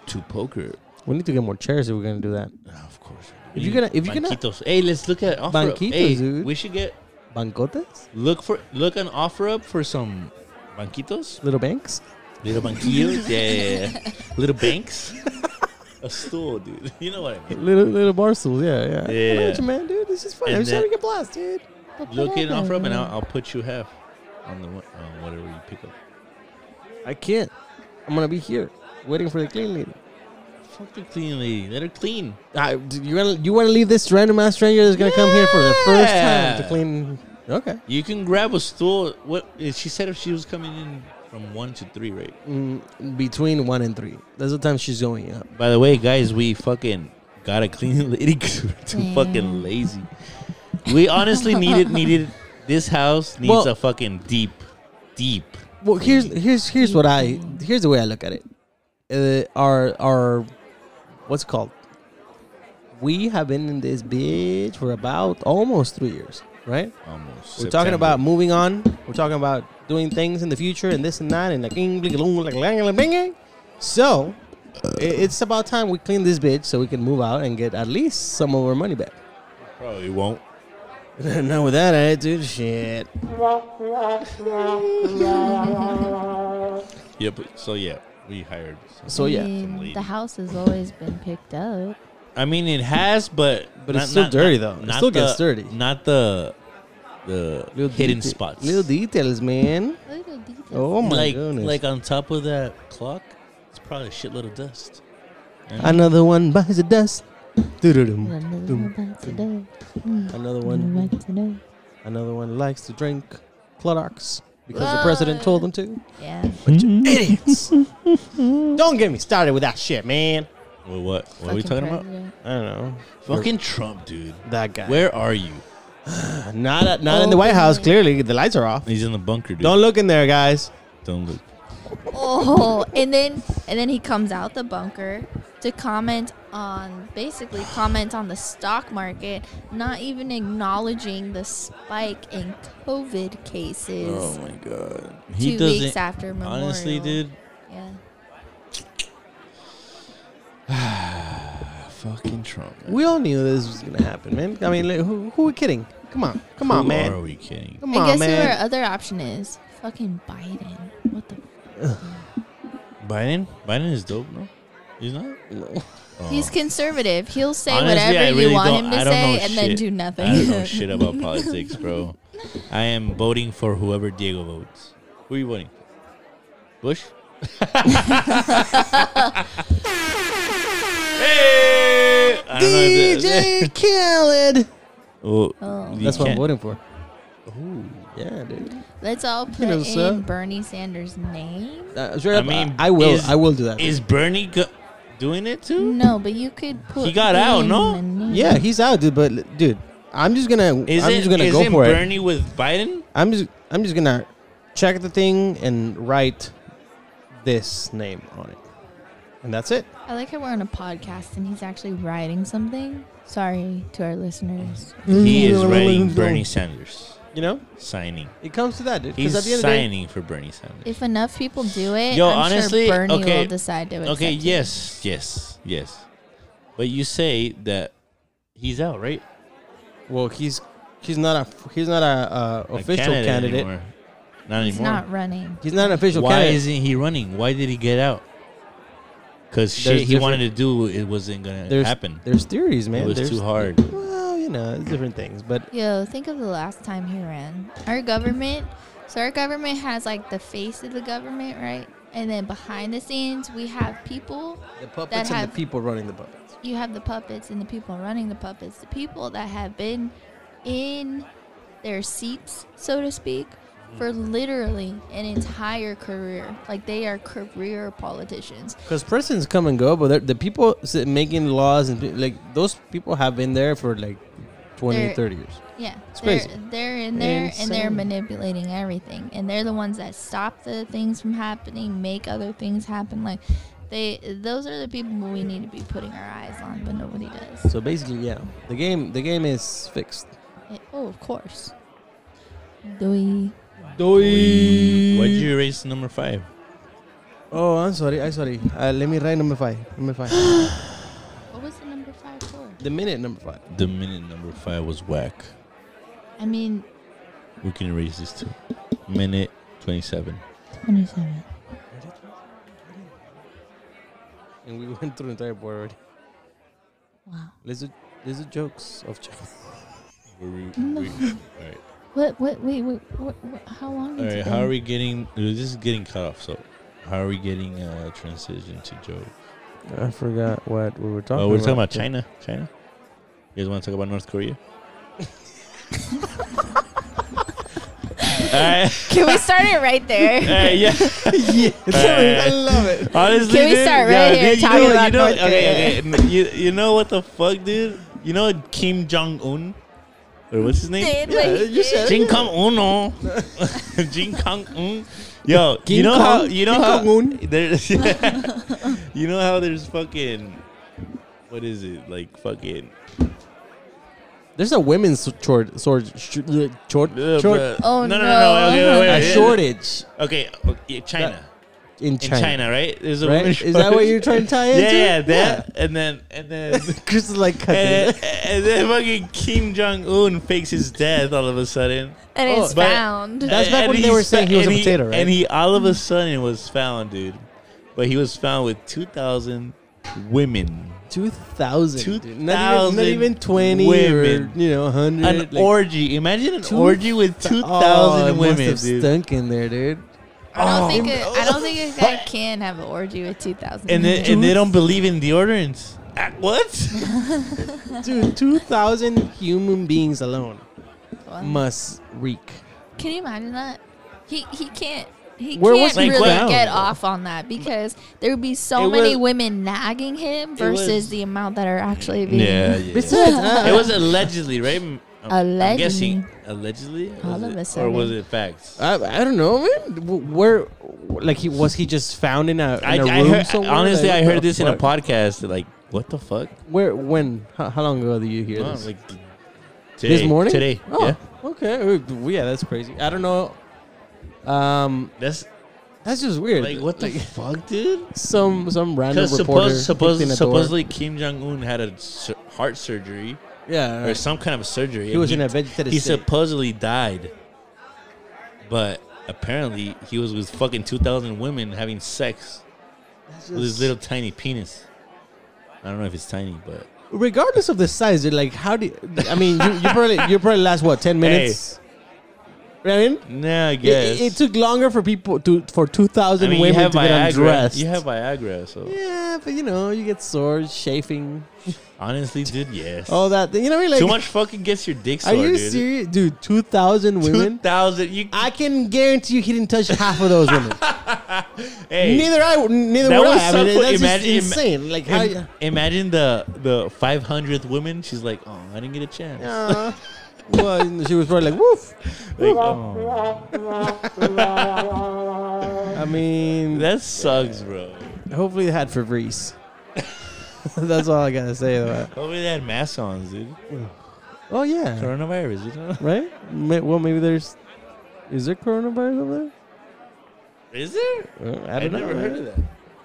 to poker uh,
We need to get more chairs if we're gonna do that.
of course
If you're gonna- if you're gonna-
Banquitos. hey let's look at offer up.
Banquitos,
hey
dude.
we should get
Bancotes,
look for look an offer up for some banquitos
little banks.
little banquillos yeah,
(laughs)
yeah, yeah. little banks a stool dude (laughs) you know what I mean
Little little barstools, yeah, yeah. I know
Yeah.
what you man, dude, this is fun.
And
I'm just trying
that-
to get blast, dude.
Look it off up, and
Oh.
I'll, I'll put you half on the one- on whatever you pick up.
I can't. I'm gonna be here waiting for the clean lady.
Fuck the clean lady. Let her clean.
I, d- you wanna you wanna leave this random ass stranger that's gonna come here for the first time to
Yeah.
clean? Okay.
You can grab a stool. What eh, she said if she was coming in from one to three, right?
Mm, between one and three. That's the time she's going up.
By the way, guys, we fucking got a clean lady (laughs) because we're too
Damn.
fucking lazy. We honestly
(laughs)
needed needed this house needs
Well-
a fucking deep, deep.
Well, here's here's here's what I here's the way I look at it. Uh, our our what's it called? We have been in this bitch for about almost three years, right?
Almost.
We're talking
September.
about moving on. We're talking about doing things in the future and this and that and like ing, bling, long, like, lang, lang, bing, bing. So i- it's about time we clean this bitch so we can move out and get at least some of our money back.
Probably won't.
(laughs) Not with that attitude, shit.
Yeah, but so yeah, we hired. Some.
So
I
yeah,
mean,
Some lady.
the house has always been picked up.
I mean, it has, but
But it's still dirty, though. It still
the,
gets dirty.
Not the the hidden
deta-
spots.
little details, man.
Look at these.
Oh my
like
goodness!
like on top of that clock, it's probably a shitload of dust.
Another one buys the dust. Doo-doo-doo.
Another
Another
one
one.
to know.
Another one likes to drink Clorox because the president told them to.
Yeah.
Bunch of idiots! Don't get me started with that shit, man.
Well, what? What are we
Fucking
talking about?
president.
I don't know.
Fucking Trump, dude.
That guy.
Where are you?
Not at, not in the
Oh,
White House.
man.
Clearly, the lights are off.
He's in the bunker, dude.
Don't look in there, guys.
Don't look.
Oh, and then and then he comes out the bunker to comment on basically comment on the stock market, not even acknowledging the spike in COVID cases
my god.
Oh two
Oh, He
weeks
doesn't.
after Memorial.
Honestly, dude.
Yeah.
Fucking Trump. man.
We all knew this was gonna happen, man. I mean, like, who who we kidding? Come on, come on,
Who
man.
Are we kidding?
Come
and
on,
guess uh,
(laughs)
who
man.
our other option is? Fucking Biden. What the?
Biden? Biden is dope, no? He's not? Oh.
He's conservative. He'll say
Honestly,
whatever
I
you
really
want
don't-
him
I
to
don't
say,
know
and then
shit.
do nothing.
I don't
(laughs)
know shit about politics, bro. I am voting for whoever Diego votes. Who are you voting? Bush? (laughs) hey! I don't know if (laughs) that-
DJ Khaled.
Oh,
Oh.
you
That's what I'm
can't-
voting for. Ooh, yeah, dude.
Let's all put
know,
in
sir.
Bernie Sanders' name.
Uh, straight
I
up,
mean,
I will.
is-
I will do that.
Is Bernie go- doing it too?
Hmm?
No, but you could put.
He got out,
in
no?
the name.
yeah, he's out, dude. But l- dude, I'm just gonna.
Isn't,
I'm just gonna
isn't
go for it.
Bernie with Biden?
I'm just. I'm just gonna check the thing and write this name on it, and that's it.
I like how we're on a podcast and he's actually writing something. Sorry to our listeners. Mm-hmm.
He is writing Bernie Sanders.
You know,
Signing.
it comes to that, dude.
He's
Because at the end of the day,
signing for Bernie Sanders.
If enough people do it,
Yo,
I'm
honestly,
sure Bernie
okay,
will decide to.
Okay,
accept it.
yes, yes, yes. But you say that he's out, right?
well, he's he's not a he's not a uh,
Like
official
Canada
candidate.
Anymore. Not
He's
anymore.
not running.
He's not an official
Why
candidate.
isn't he running? Why did he get out? Because shit
There's
he
different-
wanted to do, it wasn't gonna
there's
happen.
there's theories, man.
it was
there's,
too hard.
Well, you know, it's different things, but
Yo, think of the last time he ran. Our government, so our government has like the face of the government, right? And then behind the scenes, we have people.
the puppets and
have-
the people running the puppets.
You have the puppets and the people running the puppets. The people that have been in their seats, so to speak, for
Mm-hmm.
literally an entire career. Like they are career politicians.
Because presidents come and go, but they're- the people sit- making laws and pe- like those people have been there for like 20,
They're-
30 years.
Yeah,
It's
they're
crazy.
they're in there and they're
Insane.
manipulating everything, and they're the ones that stop the things from happening, make other things happen. Like they, those are the people we need to be putting our eyes on, but nobody does.
So basically, yeah, the game the game is fixed.
Eh, oh, of course. Doi.
Why'd you erase number five?
Oh, I'm sorry. I'm sorry. Uh, let me write number five. Number five.
What was the number five for?
the minute number five.
The minute number five was whack.
I mean,
We can erase this too. Minute twenty-seven.
twenty-seven.
And we (laughs) went through the entire board already.
Wow.
Let's do, let's do jokes of jokes.
Were we-
No.
we- all right.
What? What? Wait. Wait. What? what how long?
All
has it
right, how are
been?
we getting? This is getting cut off. So, how are we getting uh, transition to Joe?
I forgot what we were talking
Oh, we're talking about China. China. You guys want to talk about North Korea? all right.
Can we start it
(laughs)
right there?
Hey, yeah.
(laughs) yeah,
I
love it.
Honestly,
Can we
dude,
start right
yeah,
here
dude, you
talking
know,
about
you know,
North
okay, okay, you, you know what the fuck, dude? You know Kim Jong Un, or what's his name?
Dude, like,
you said
Jin Kong Uno. (laughs) Jin Kong Un. Yo, you
King
know how
Kong?
you know
King Kong
how
Un?
(laughs) there's you know how there's fucking what is it like fucking
There's a women's short, short, short, short,
uh,
short
no
Oh,
no no, okay, wait,
a
wait,
shortage
okay okay, China
in
in
China.
China, right there's a
Right?
woman
Is that what you're trying to tie
(laughs) yeah
into?
yeah that and then and
(laughs)
then. (laughs)
Chris is like cutting.
And, and then fucking Kim Jong Un fakes his death all of a sudden.
And it's
Oh, but-
found.
That's back
And
when they were
he's-
saying he was
and
a potato, right?
And he all of a sudden was found, dude. But he was found with 2,000 women.
Two thousand. Not, even-
2,000
not even twenty or
women.
you know hundred.
An orgy. Imagine an
Two
orgy with 2,000 women,
must Oh, have
dude.
stunk in there, dude.
I don't
Oh.
think a, I don't think a guy can have an orgy with two thousand.
And, they, and they don't believe in deodorants. Ah,
(laughs)
What?
Dude, two thousand human beings alone
Wow.
must reek.
Can you imagine that? He he can't. He
Where was
can't
he
really
found?
get off on that because there would be so
It
many
was-
women nagging him versus
was-
the amount that are actually being.
Besides,
It
I,
was allegedly, right? I'm- I'm
Allegedly.
guessing allegedly,
All
Was
of
it-
a
or
sudden.
was it facts?
I, I don't know, man. W- Where, like, he was he just found in a, in
I,
a
I
room
heard,
somewhere?
honestly,
Like,
I
what
heard
the
this in a
fuck?
podcast. Like, what the fuck?
Where? When? How, how long ago did you hear
Oh,
this?
like t-
this
today-
morning?
Today.
Oh,
Yeah.
Okay. Uh, Yeah, that's crazy. I don't know. Um,
That's
That's just weird.
Like what the fuck, dude?
Some some random
Because
reporter
suppose, suppose,
kicked in a door.
supposedly Kim Jong Un had a sur- heart surgery
yeah,
or some kind of surgery.
he
and
was in a vegetative
He
state.
supposedly died, but apparently he was with fucking two thousand women having sex
That's
with his
just-
little tiny penis. I don't know if it's tiny, but
regardless of the size, they're like how do you, I mean you, you probably you probably last what ten minutes? You know what I mean,
nah, I
It-
guess
it, it took longer for people to for two thousand women to get undressed.
You have Viagra, so
yeah, but you know you get sores, chafing,
honestly, dude, yes.
all that. thing. You know what I mean? Oh, Like,
Too much fucking gets your dick sore,
Are you
dude.
serious, dude? Two thousand
Two
women.
thousand. You
I can guarantee you he didn't touch half of those women.
hey,
neither I, neither
That
would
was
I. I mean,
something-
that's
imagine- im-
just insane. Like how.
im- imagine the the five hundredth woman. She's like, oh, I didn't get a chance.
Uh, well, and she was probably like, "Woof."
Like, oh,
I mean,
that sucks, bro.
hopefully they had Febreze. (laughs) That's all I gotta say about. it.
Hopefully they had masks on, dude.
Oh yeah,
Coronavirus,
(laughs)
you know?
right? Ma- Well, maybe there's. Is there coronavirus over
Is there?
there? Uh, I
I
don't know.
never heard of that.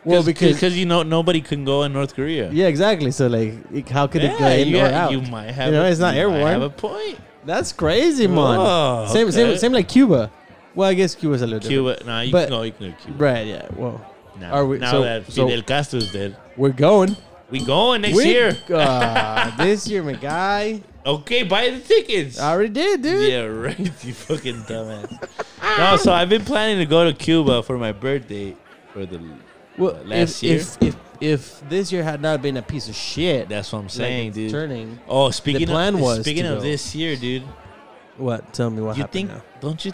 Well,
Cause,
because
because you know nobody can go in North Korea.
yeah, exactly. So like, it, how could it go
Yeah,
in
you,
or
ha-
out?
you might have.
You know,
a-
it's not
you might
airborne.
Have a point.
That's crazy, man.
Oh,
Same, same,
okay.
same like Cuba. Well, I guess Cuba's a little
Cuba. Nah, you
But-
can go. You can go to Cuba.
different. Right? Yeah. Well,
Now,
Are we-
now
so-
that
so-
Fidel Castro is dead,
we're going
we going next
We-
year.
(laughs) Ah, this year, my guy.
Okay, buy the tickets.
I already did, dude.
Yeah, right. (laughs) You fucking dumbass. no, so I've been planning to go to Cuba for my birthday. For the
Well,
Uh,
if,
last year?
If, if if this year had not been a piece of shit,
that's what I'm
like,
saying,
it's
dude.
Turning
Oh, speaking
plan
of
was
speaking
to
of
go.
this year, dude.
what? Tell me what
you
happened.
think?
now.
Don't you?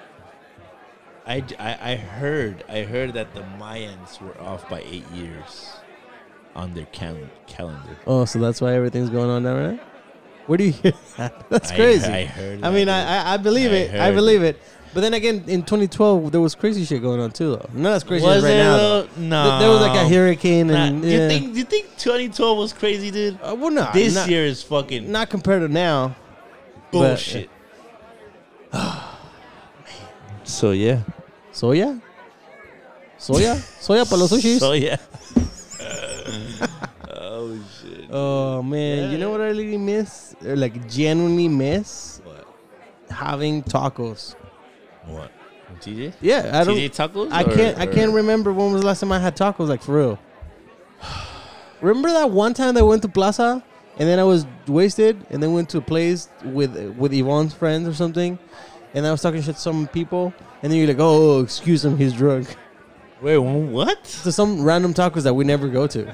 I, j- I- I heard I heard that the Mayans were off by eight years on their cal- calendar.
Oh, so that's why everything's going on now, right? Where do you hear (laughs) that? That's
I-
crazy.
I
I,
heard.
mean,
that,
I, I I believe
I
it. I
heard
believe it. But then again, in 2012, there was crazy shit going on too, though. Not as
dude.
crazy as right
there
now. though.
though? No,
Th- There was like a hurricane, and
Nah,
yeah.
You think? You think 2012 was crazy, dude?
Uh, well, not
this
not,
year is fucking
not compared to now. but-
(sighs) bullshit. so yeah.
Soya,
(laughs)
soya, soya para los sushis.
So yeah. (laughs) oh shit.
Oh man, you know what I really miss? Or like genuinely miss
What?
having tacos.
What? TJ?
Yeah, I don't.
TJ tacos?
I
or-
can't. I can't
or-
remember when was the last time I had tacos. Like for real. (sighs) Remember that one time that I went to Plaza, and then I was wasted, and then went to a place with with Yvonne's friends or something, and I was talking shit to some people, and then you're like, "Oh, excuse him, he's drunk." (laughs)
Wait, wh- what?
To some random tacos that we never go to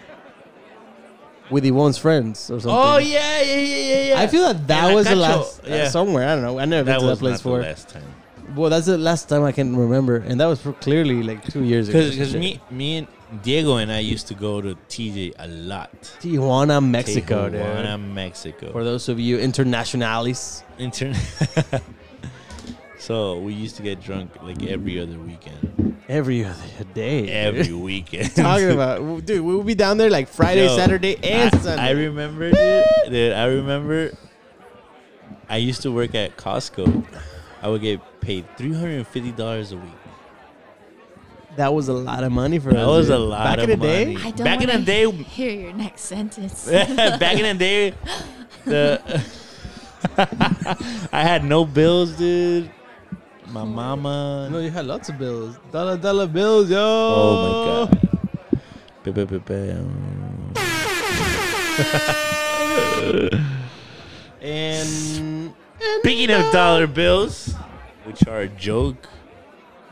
with Yvonne's friends or something.
Oh yeah, yeah, yeah, yeah, yeah.
I feel that that
Yeah,
was the
Cacho.
last uh,
Yeah.
somewhere. I don't know. I never been
that
to that
was
place
not
before.
the last time.
Well, that's the last time I can remember, and that was for clearly like two years ago.
Because me, me and Diego and I used to go to TJ a lot.
Tijuana, Mexico,
Tijuana,
dude.
Mexico.
For those of you internationales,
Intern- (laughs) so we used to get drunk like every other weekend.
every other day. dude.
Every weekend.
(laughs) talking
(laughs)
about, dude, we'll be down there like Friday,
Yo,
Saturday, and
I,
Sunday.
I remember, dude, dude, I remember I used to work at Costco. I would get paid $350 a week. (laughs)
that was a lot of money for
That
us.
was
dude.
a lot
Back
of
in the day,
money.
I don't
Back in
wanna
the day-
(laughs) hear your next
(laughs)
sentence.
Back in the day, the (laughs) I had no bills, dude. My mama.
no, you had lots of bills, dollar dollar bills, yo.
Oh my god. Ba- ba- ba- bam.
And
(laughs) Speaking of dollar bills, which are a joke,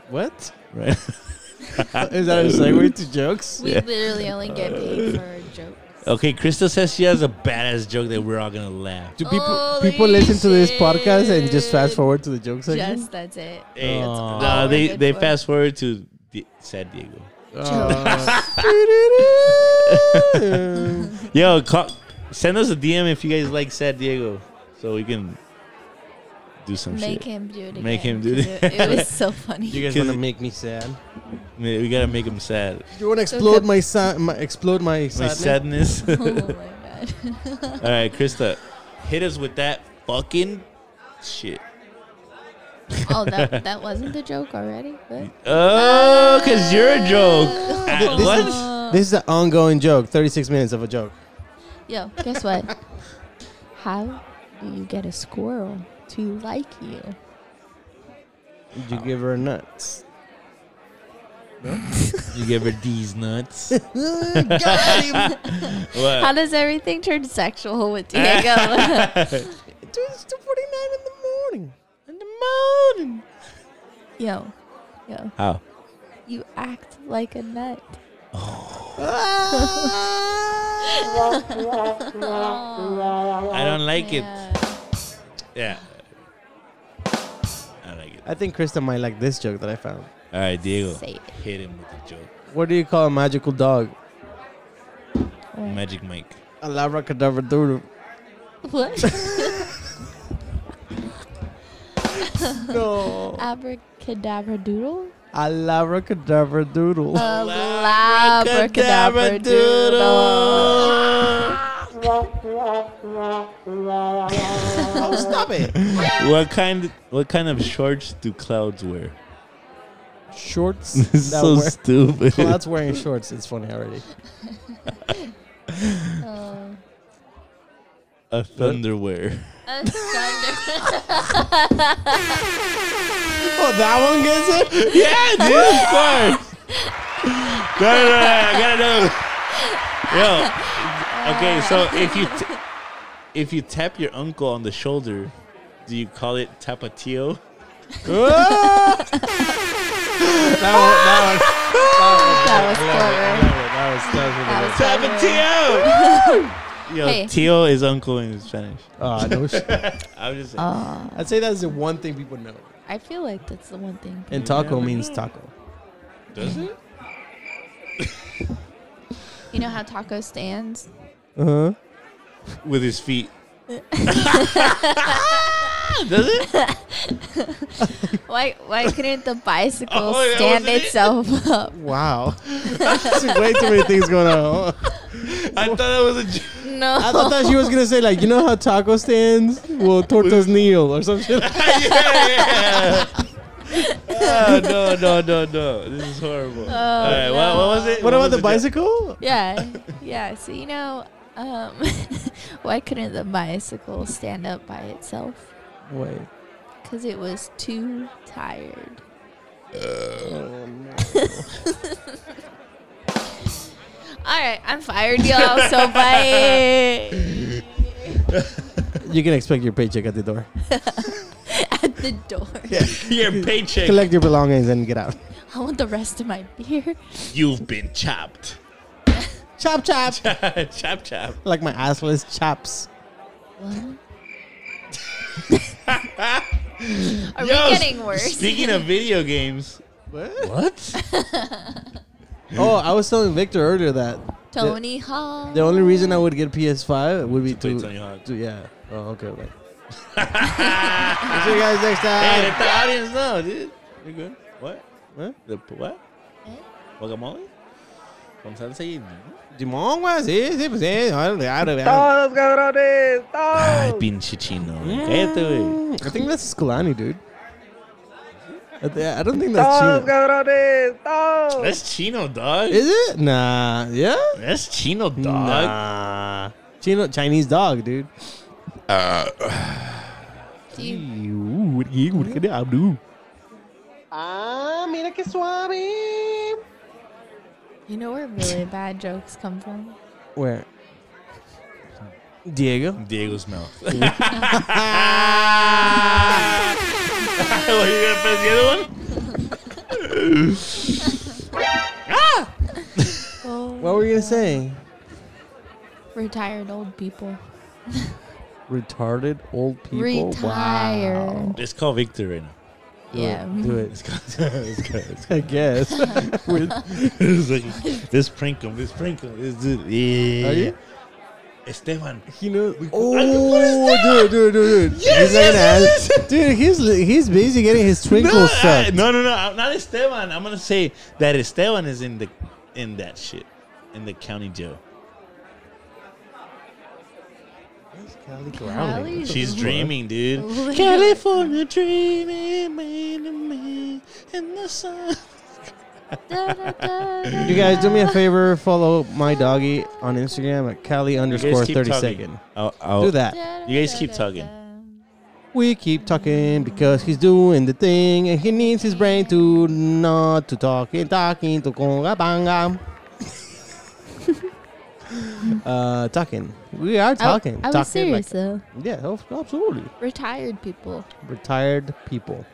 what
right?
is that a segue to jokes?
we literally only get paid for jokes.
(laughs) Okay, Krista says she has a badass joke that we're all gonna laugh.
Do people
Holy
people listen to this podcast and just
shit.
fast forward to the joke section?
Just that's it.
Hey,
That's
uh,
all
they
we're good
they
for.
fast forward to Di- San Diego.
Oh. (laughs)
(laughs)
Uh,
Yo, call, send us a DM if you guys like San Diego, so we can do some shit.
Make him do it again.
Make him do
'cause
it.
it. It was
(laughs)
so funny.
you guys
Cause-
want to make me sad?
Man, We gotta make him sad.
You want to
explode
explode
Okay.
my, sa- my explode my
My
sadness?
sadness. (laughs) all
(laughs) oh my god. (laughs)
right, Krista, hit us with that fucking shit.
oh, that that wasn't the joke already. But
Oh, because you're a joke. Uh,
This
what?
is, this is an ongoing joke. 36 minutes of a joke.
yo, guess what? How do you get a squirrel to like
(laughs)
you?
Did you
Oh.
give her nuts?
You give her these nuts.
Got him.
How
What?
does everything turn sexual with
(laughs)
Diego? (laughs)
Dude, it's 2.49 in the (laughs) morning.
In the morning.
yo, yo,
How?
you act like a nut.
I don't like
Yeah.
it. Yeah. I like it.
I think Krista might like this joke that I found.
All right, Diego.
Say it.
Hit him with the joke.
What do you call a magical dog?
Magic Mike.
A labracadabra doodle.
(laughs)
What?
No.
Abracadabra doodle?
A labracadabra doodle.
A labracadabra doodle.
oh, stop it.
What kind? What kind of shorts do clouds wear?
Shorts.
(laughs) This is
that
so
wear-
(laughs) stupid.
Clouds wearing shorts. It's funny already.
Oh.
A thunderwear.
A thunder.
Oh, that one gets it?
(laughs) yeah, dude, of course. No, no, no, no, I gotta know. Yo, okay, so if you t- if you tap your uncle on the shoulder, do you call it tapatio?
that one, that one.
That
I
was clever.
love it. That was, that was really
That was clever.
Tapatio. (laughs) Yo,
Hey.
tio is uncle in Spanish.
Ah, no shit.
I was just saying.
Oh,
I'd say that's the one thing people know.
(laughs) I feel like that's the one thing.
And taco means taco.
Does it?
You know how taco stands?
Uh huh.
With his (laughs) feet. Does it?
Why why couldn't the bicycle
Oh, yeah,
stand
wasn't it?
itself up?
Wow. There's way too many things going on.
I thought that was a joke.
(laughs) No.
I thought that she was gonna say like, you know how taco stands? Well, tortas kneel or some shit.
yeah. (laughs) Oh, no, no, no, no. This is horrible. All right, what, what was it?
What about
was
the bicycle?
(laughs) yeah. Yeah. So you know, um, (laughs) why couldn't the bicycle stand up by itself?
Wait.
Because it was too tired. All right, I'm fired, y'all. (laughs) So bye. (laughs)
You can expect your paycheck at the door.
At the door.
joke? (laughs) Your paycheck.
Collect your belongings and get out.
I want the rest of my beer.
You've been (laughs) chopped.
Chop chop.
chop, chop.
Like my assless chops.
What? Are
Yo,
we
s-
getting worse?
Speaking of video games,
What?
what?
Oh, I was telling Victor earlier that
Tony Hawk.
the only reason I would get PS5 would be
Play
to,
Tony Hawk.
to- yeah. Oh, okay. okay. See you guys next
Hey,
time.
let the audience know, dude. You're good. What?
What?
The p- what? Guacamole? Con salsa y
Dimon was sí, sí, pues, sí. I don't, I don't, I don't.
Todos, cabrones,
Ay,
todos.
pinche chino. güey. Cállate, güey.
I think that's Skolani, dude. I th- I don't think that's
Todos,
Chino.
cabrones, todos.
That's chino, dog.
Is it? Nah. Yeah.
That's chino, dog.
Nah. Chino, Chinese dog, dude.
Do you
Ah, mira que suave.
You know where really bad jokes come from?
Where? Diego.
Diego's mouth. (laughs) Were you gonna press the other one?
What were you gonna say?
Retired old people.
Retarded old people.
Retired.
Wow.
Let's call Victor right now.
Yeah. (laughs)
Do it.
(laughs) Let's call. Let's call. Let's call.
I guess.
It's like, let's prank him. Let's prank him. Let's do it. Yeah.
Are you?
Esteban.
He knows.
what is
Oh,
that?
dude, dude, dude, dude. he's like
yes,
an ass. Dude, he's he's busy getting his twinkles
No, I,
sucked.
no, no, no. I'm not Esteban. I'm gonna say that Esteban is in the in that shit in the county jail.
Cali
Cali?
She's dreaming, dude. California dreaming, made of me in the sun.
You guys, do me a favor. Follow my doggy on Instagram at Cali underscore thirty second.
I'll, I'll,
Do that.
You guys keep talking.
We keep talking because he's doing the thing and he needs his brain to not to talk and talking to conga (laughs) banga. uh, talking. We Oh, are
I w-
talking.
I, was
talking like-
serious though.
yeah, of- absolutely.
Retired people,
Retired people.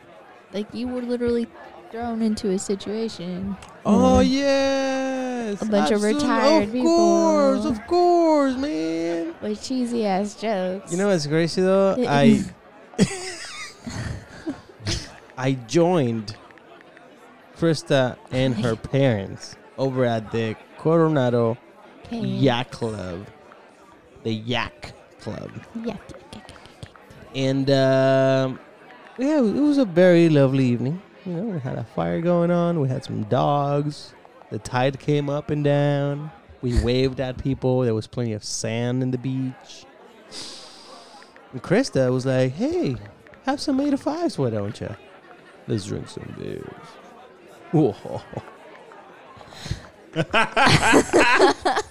like you were literally thrown into a situation.
Oh yes,
A bunch of
absolute-
retired
Of
people.
course, of course, man.
With cheesy ass jokes.
You know what's crazy though?
Yeah.
I I joined Krista and her parents over at the Coronado
Okay.
Yak Club. The Yak Club.
Yeah. Okay, okay, okay,
And um, yeah, it was a very lovely evening. You know, we had a fire going on. We had some dogs. The tide came up and down. (laughs) We waved at people. There was plenty of sand in the beach. And Krista was like, "Hey, have some eight to fives, why don't you? Let's drink some beers." Whoa.
okay.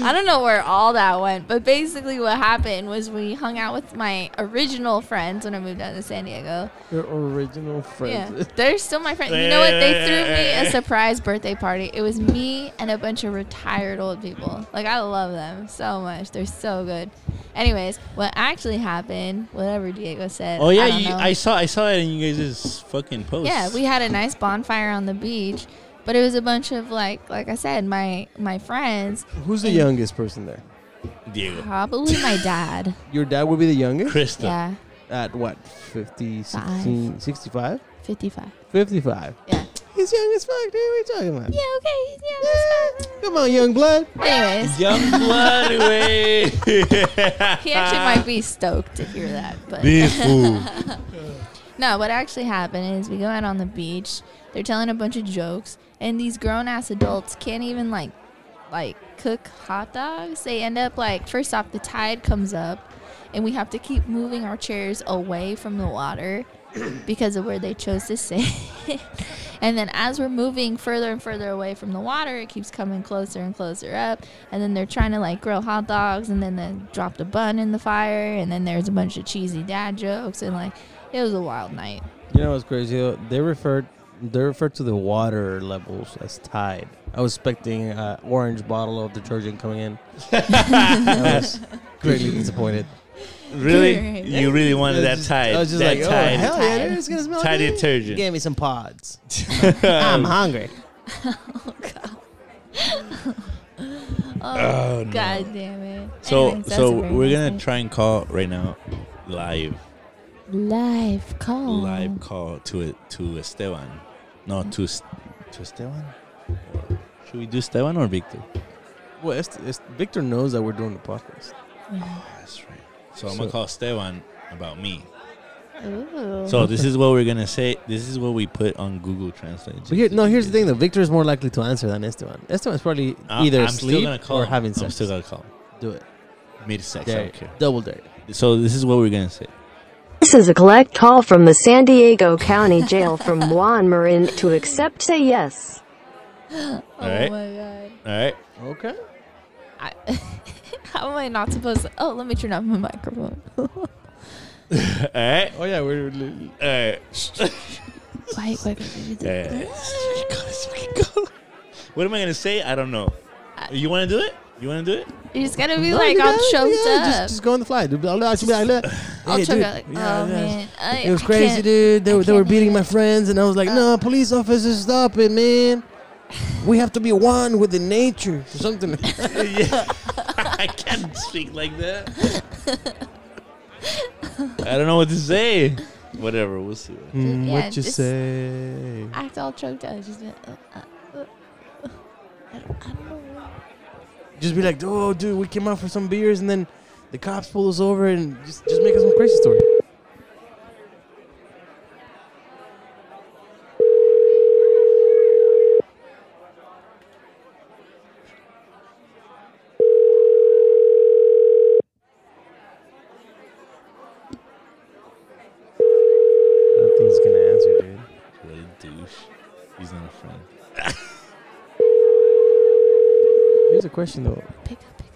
I don't know where all that went, but basically what happened was we hung out with my original friends when I moved out to San Diego.
Your original
Yeah,
(laughs)
friends.
they're still my friends. You know what? They threw me a surprise birthday party. It was me and a bunch of retired old people. Like I love them so much. They're so good. Anyways, what actually happened? Whatever Diego said.
Oh yeah,
I
I,
don't
you,
know.
I saw I saw it in you guys' fucking post.
Yeah, we had a nice bonfire on the beach, but it was a bunch of like, like I said, my my friends,
(laughs) Who's the youngest person there?
Diego,
probably
(laughs)
my dad.
Your dad would be the youngest
Krista.
yeah,
at what? 50,
Five.
16, 65?
fifty-five.
55.
Yeah.
He's young as fuck, dude. What are you talking about?
Yeah. Okay. Yeah. That's fine.
Come on, young blood.
(laughs)
Anyways, (laughs)
Young
(laughs)
blood, way.
he actually might be stoked to hear that, but.
This fool.
No, what actually happened is we go out on the beach. They're telling a bunch of jokes, and these grown ass adults can't even like, like cook hot dogs. They end up like first off, the tide comes up, and we have to keep moving our chairs away from the water because of where they chose to sit. (laughs) and then as we're moving further and further away from the water, it keeps coming closer and closer up. And then they're trying to like grill hot dogs, and then they dropped a bun in the fire, and then there's a bunch of cheesy dad jokes, and like it was a wild night.
You know what's crazy? though? They referred they referred to the water levels as tide. I was expecting an orange bottle of detergent coming
(laughs)
in. I was greatly disappointed.
Really?
Right.
You really wanted
I
that
was just-
tide?
I was just
that
like,
tide.
oh hell yeah,
Tide.
dude, it's gonna smell
Tide
good.
detergent.
Give me some
(laughs)
pods. I'm hungry.
Oh, god damn it.
So
Anyways, that's
so
a very
we're
nice
gonna
night.
try and call right now, live
live call.
live call to it to Esteban, no to Es- to Esteban. Or should we do Esteban or Victor?
Well, it's, it's, Victor knows that we're doing the podcast.
That's right. So I'm gonna
So-
call Esteban about me.
Ooh.
So this is what we're gonna say. This is what we put on Google Translate.
But here, no, here's the thing though. Victor is more likely to answer than Esteban. Esteban's probably
I'm-
either
I'm still
asleep
gonna call
or
him.
having
I'm
sex.
still gonna call him.
Do it.
mid sex. I
Dare.
don't care.
Double dare.
So this is what we're gonna say.
This is a collect call from the San Diego County Jail from Juan Marin to accept say yes.
oh
Alright.
my god.
All right. (coughs)
Okay.
I, (laughs) how am I not supposed to? Oh, let me turn off my microphone. (laughs)
All right.
Oh yeah, we're.
All right. (coughs)
Wait,
(laughs)
wait, wait, wait,
All
wait.
right.
(laughs)
What am I gonna say? I don't know. You want to do it? You want to do it? (laughs)
You just gotta be
No,
like
you
all
guys-
choked
yeah,
up.
Just, just go on the fly. dude. Blah, blah, blah, blah, blah.
all
Hey,
choked
dude.
up. Like,
Yeah,
oh
yeah.
man, I,
It was
I
crazy,
can't-
dude. They,
I
were- they were
can't
beating
do
my
it. Oh.
friends, and I was like, "No, police officers, stop it, man! We have to be one with the nature, or something."
(laughs)
yeah. (laughs) I can't speak like that. I don't know what to say. Whatever. We'll see.
Mm,
Yeah,
what you
just-
say?
Act all choked up. Just like, uh, uh, uh, uh. I don't, I don't know.
Just be like, "Oh, dude, we came out for some beers, and then the cops pulled us over, and just just make us some crazy story." question though.
Pick up, pick up.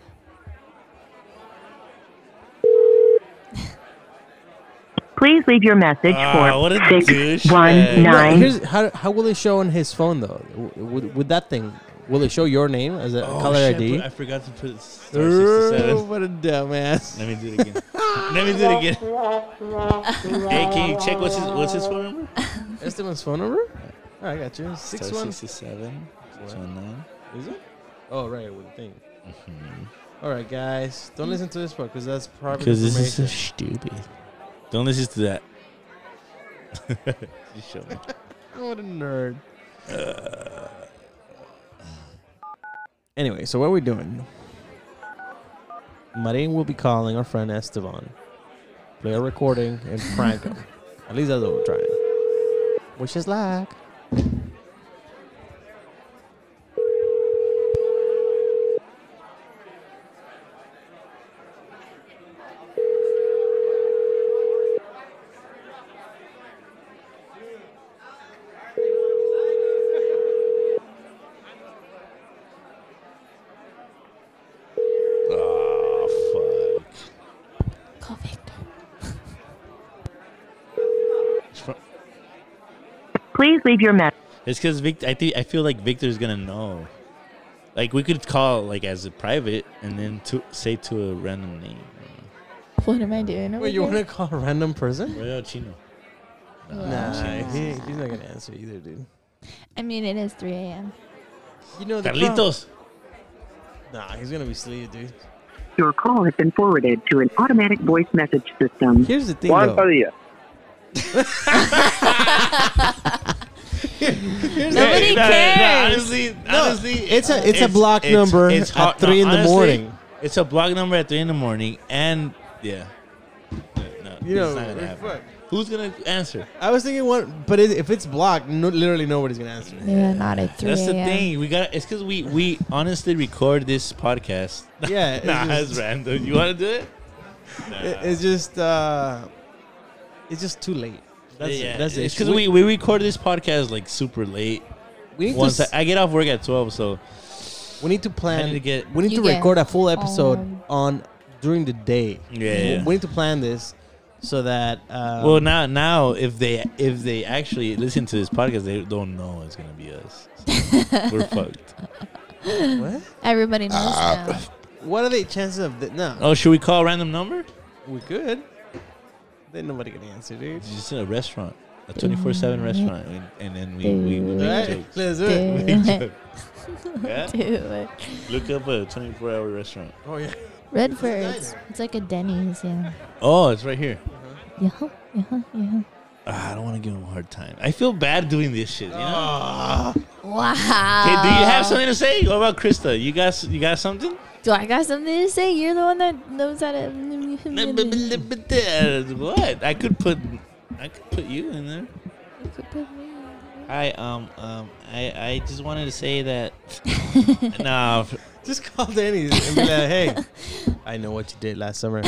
Please leave your message
Ah, what a
for six one
douchebag.
Right,
nine.
here's, how, how will it show on his phone though? W- Would, would that thing? Will it show your name as a color
Oh, shit, I
ID?
put- I forgot to put star
Oh,
67.
what a dumbass!
Let me do it again. Let me do it again. (laughs) hey, can you check what's his what's his phone number?
(laughs) Esteban's phone number? Oh, I got you. Six
Star oh
one.
67, 619.
Is it? Oh right, with the thing. All right, guys, don't listen to this part because that's private
Because
information.
this is so stupid. Don't listen to that. (laughs) You show me.
What a nerd. (sighs) anyway, so what are we doing? Marin will be calling our friend Esteban, play a recording, and prank (laughs) him. At least that's what we're trying. Which is like.
Oh, fuck.
(laughs) Call Victor.
It's fr-
Please leave your message.
It's because Victor. I think I feel like Victor's gonna know. Like we could call like as a private and then to say to a random name.
What am I doing? over
Wait, you
here?
want to call a random person?
Royal Chino.
Nah, he, he's not gonna answer either, dude.
I mean, it is 3 a.m.
You know, the
Carlitos.
prob- Nah, he's gonna be sleep, dude.
Your call has been forwarded to an automatic voice message system.
Here's the thing,
Juan
though.
Padilla.
Nobody
(laughs) Hey, nah, nah,
cares.
honestly, honestly,
it's a- it's a block number at
hard-
three in the
honestly,
morning.
It's a block number at three in the morning, and yeah, no, no,
You know,
it's not gonna
we're
happen.
fucked.
Who's gonna answer?
I was thinking one, but it, if it's blocked, no, literally nobody's gonna answer.
Yeah, not at 3
That's the
a.m.
thing. We got. It's because we we honestly record this podcast.
Yeah, it's
(laughs) nah,
just-
it's random. You want to do it?
It- it's just uh it's just too late that's
yeah,
it that's it
it's because we, we record this podcast like super late.
we need
Once
to
I,
s-
I get off work at twelve, so
we need to plan
need to get-
we need
You
to
get
record a full episode
on-
on during the day
Yeah,
We-
yeah.
we need to plan this so that uh
well now now if they if they actually listen to this podcast, they don't know it's gonna be us. So we're fucked.
what?
Everybody knows
Ah. (laughs)
now.
what are the chances of that no
Oh, should we call a random number?
we could then nobody can answer dude
Just in a restaurant, a twenty four seven restaurant, and, and then we we, we
All
make
right,
jokes. (laughs)
let's do
Do
it
(laughs) it.
Joke. Yeah?
Do it.
Look up a twenty four hour restaurant.
oh yeah
Redford's. It's like a Denny's, yeah.
Oh, it's right here.
Yeah, yeah, yeah.
Ah, I don't want to give him a hard time. I feel bad doing this shit. You know.
Wow.
Hey, do you have something to say? What about Krista? You got s- you got something?
Do I got something to say? You're the one that knows how to.
(laughs) what? I could put I could put you in there. Hi, um, um, I, I just wanted to say (laughs) that. no,
(laughs) just call danny and be like hey i know what you did last summer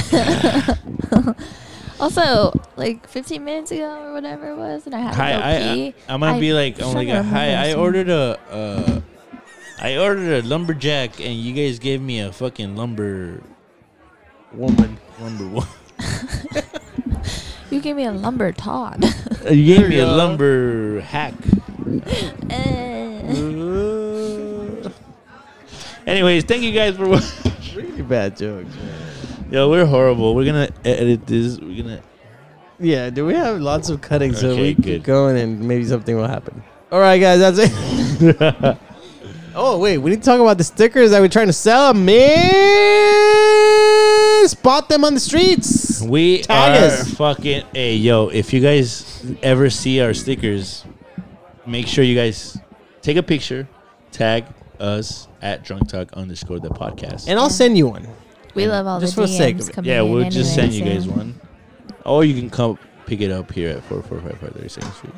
Also, like 15 minutes ago or whatever it was, and I had to
hi,
go
I, I,
pee.
I'm gonna
I-
be like, I'm like,
trying to
hi,
remember
I
something.
ordered a, uh, I ordered a lumberjack, and you guys gave me a fucking lumber,
woman
lumber. wo-
You gave me a lumber Todd.
(laughs) you gave me a
Yeah.
lumber hack.
(laughs) Eh.
Ooh.
(laughs) Anyways, thank you guys for. wa- (laughs)
really bad jokes man.
Yo, we're horrible. We're gonna edit this. We're gonna.
Yeah, do we have lots of cutting so
Okay,
we
good.
keep going and maybe something will happen. All right, guys, that's it.
(laughs)
oh wait, we need to talk about the stickers that we're trying to sell, man. Spot them on the streets.
We
Tag
are
us.
fucking hey yo. If you guys ever see our stickers, make sure you guys take a picture, tag us at drunk talk underscore the podcast.
And I'll send you one.
we love all
Just
the
for the sake
DMs
of it.
coming
yeah,
in
we'll just send
anyway,
you
so-
guys one, or you can come pick it up here at four four five five thirty second street,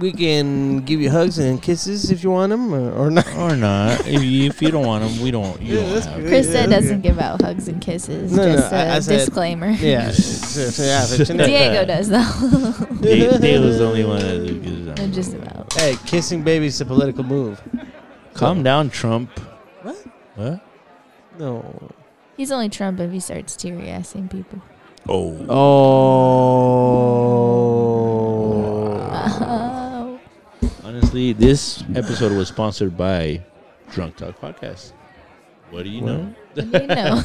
We can give you hugs and kisses if you want them, or, or
(laughs)
not.
or not. if, you, if you don't want them, we don't. You
Yeah,
don't
that's
have.
good.
Krista
Yeah, okay.
doesn't give out hugs and kisses.
No, no,
just
I-
a
I said-
(laughs)
disclaimer. (laughs)
Yeah, so- so yeah, but you know.
Diego does though. (laughs)
Da- Dale's the only one that gives them.
And just about.
Hey, kissing babies is a political move.
Calm down, Trump.
What?
What?
No.
He's only Trump if he starts teary assing people. (laughs)
Oh.
Oh.
Oh.
Honestly, this episode was sponsored by Drunk Talk Podcast. What do you know?
You
(laughs)
know.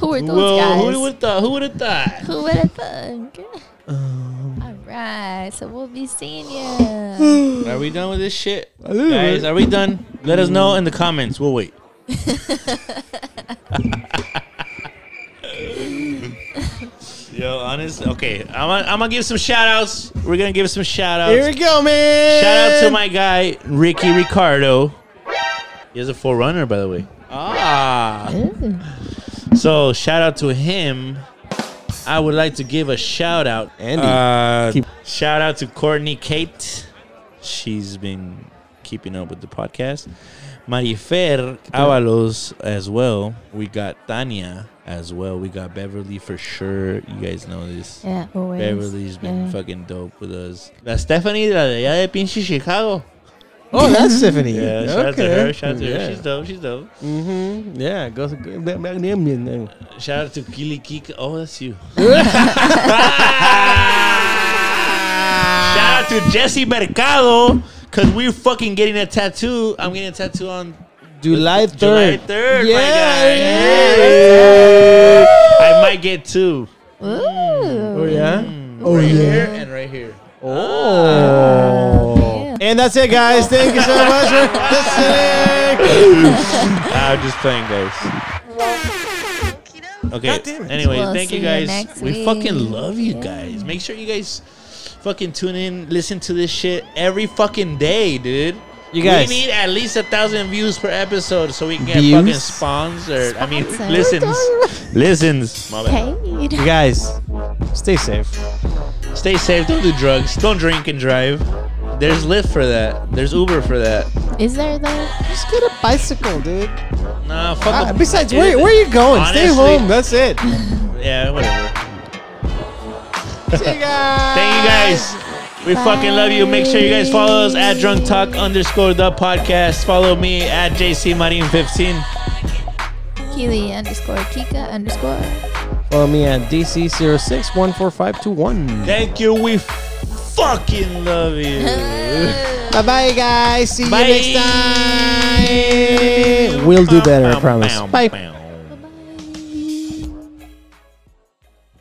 who are those
Whoa,
guys?
who would have thought? Who would have thought?
Who would have thunk?
Um.
All right, so we'll be seeing you.
Are we done with this shit?
little
Guys,
bit.
are we done? Let us know in the comments. We'll wait. (laughs) Yo, honest. Okay, I'm gonna, I'm gonna give some shout outs. We're gonna give some shout outs.
Here we go, man.
Shout out to my guy Ricky Ricardo. He is a forerunner, by the way. Ah. So shout out to him. I would like to give a shout out.
Andy.
Uh,
Keep-
shout out to Courtney Kate. She's been keeping up with the podcast. Marifer Avalos as well. We got Tanya as well. We got Beverly for sure. You guys know this.
yeah, always.
Beverly's been
Yeah.
fucking dope with us. La Stephanie, la de allá de pinche Chicago.
Oh, that's Tiffany.
(laughs) Yeah,
okay.
shout out to her. Shout out to
yeah.
her. She's dope. She's dope.
Mm-hmm. Yeah, go go back back to Indian then.
Shout out to Kili Kika. Oh, that's you. shout out to Jesse Mercado. Cause we're fucking getting a tattoo. I'm getting a tattoo on
July third.
July 3rd, my
Yeah,
guy.
yeah.
I might get two.
Oh yeah. Oh
Mm. right
yeah.
here and right here.
Oh. And that's it, guys. Thank you so much for listening.
I'm just playing, guys. Okay. Anyway,
We'll
thank
see
you
you
guys.
next
we
week.
fucking love you
Yeah.
guys. Make sure you guys fucking tune in, listen to this shit every fucking day, dude.
You guys-
we need at least a thousand views per episode so we can get
Views?
fucking sponsored. I mean,
Sponsored.
listens, listens. My bad.
Paid.
You guys, stay safe.
Stay safe. Don't do drugs. Don't drink and drive. There's Lyft for that. There's Uber for that.
Is there that?
Just get a bicycle, dude.
Nah, fuck.
Ah,
the-
besides,
dude,
where, where are you going? stay
honestly-
home. That's it.
Yeah, whatever.
See you guys.
(laughs) Thank you guys. We fucking love you. Make sure you guys follow us at Drunk Talk underscore the podcast. Follow me at JC Marine 15.
Keely underscore Kika underscore.
Follow me at DC061451.
Thank you. We fucking love
(laughs)
you.
Bye bye, guys. See
Bye.
you next time. We'll do better, I promise. Bye.
Bye.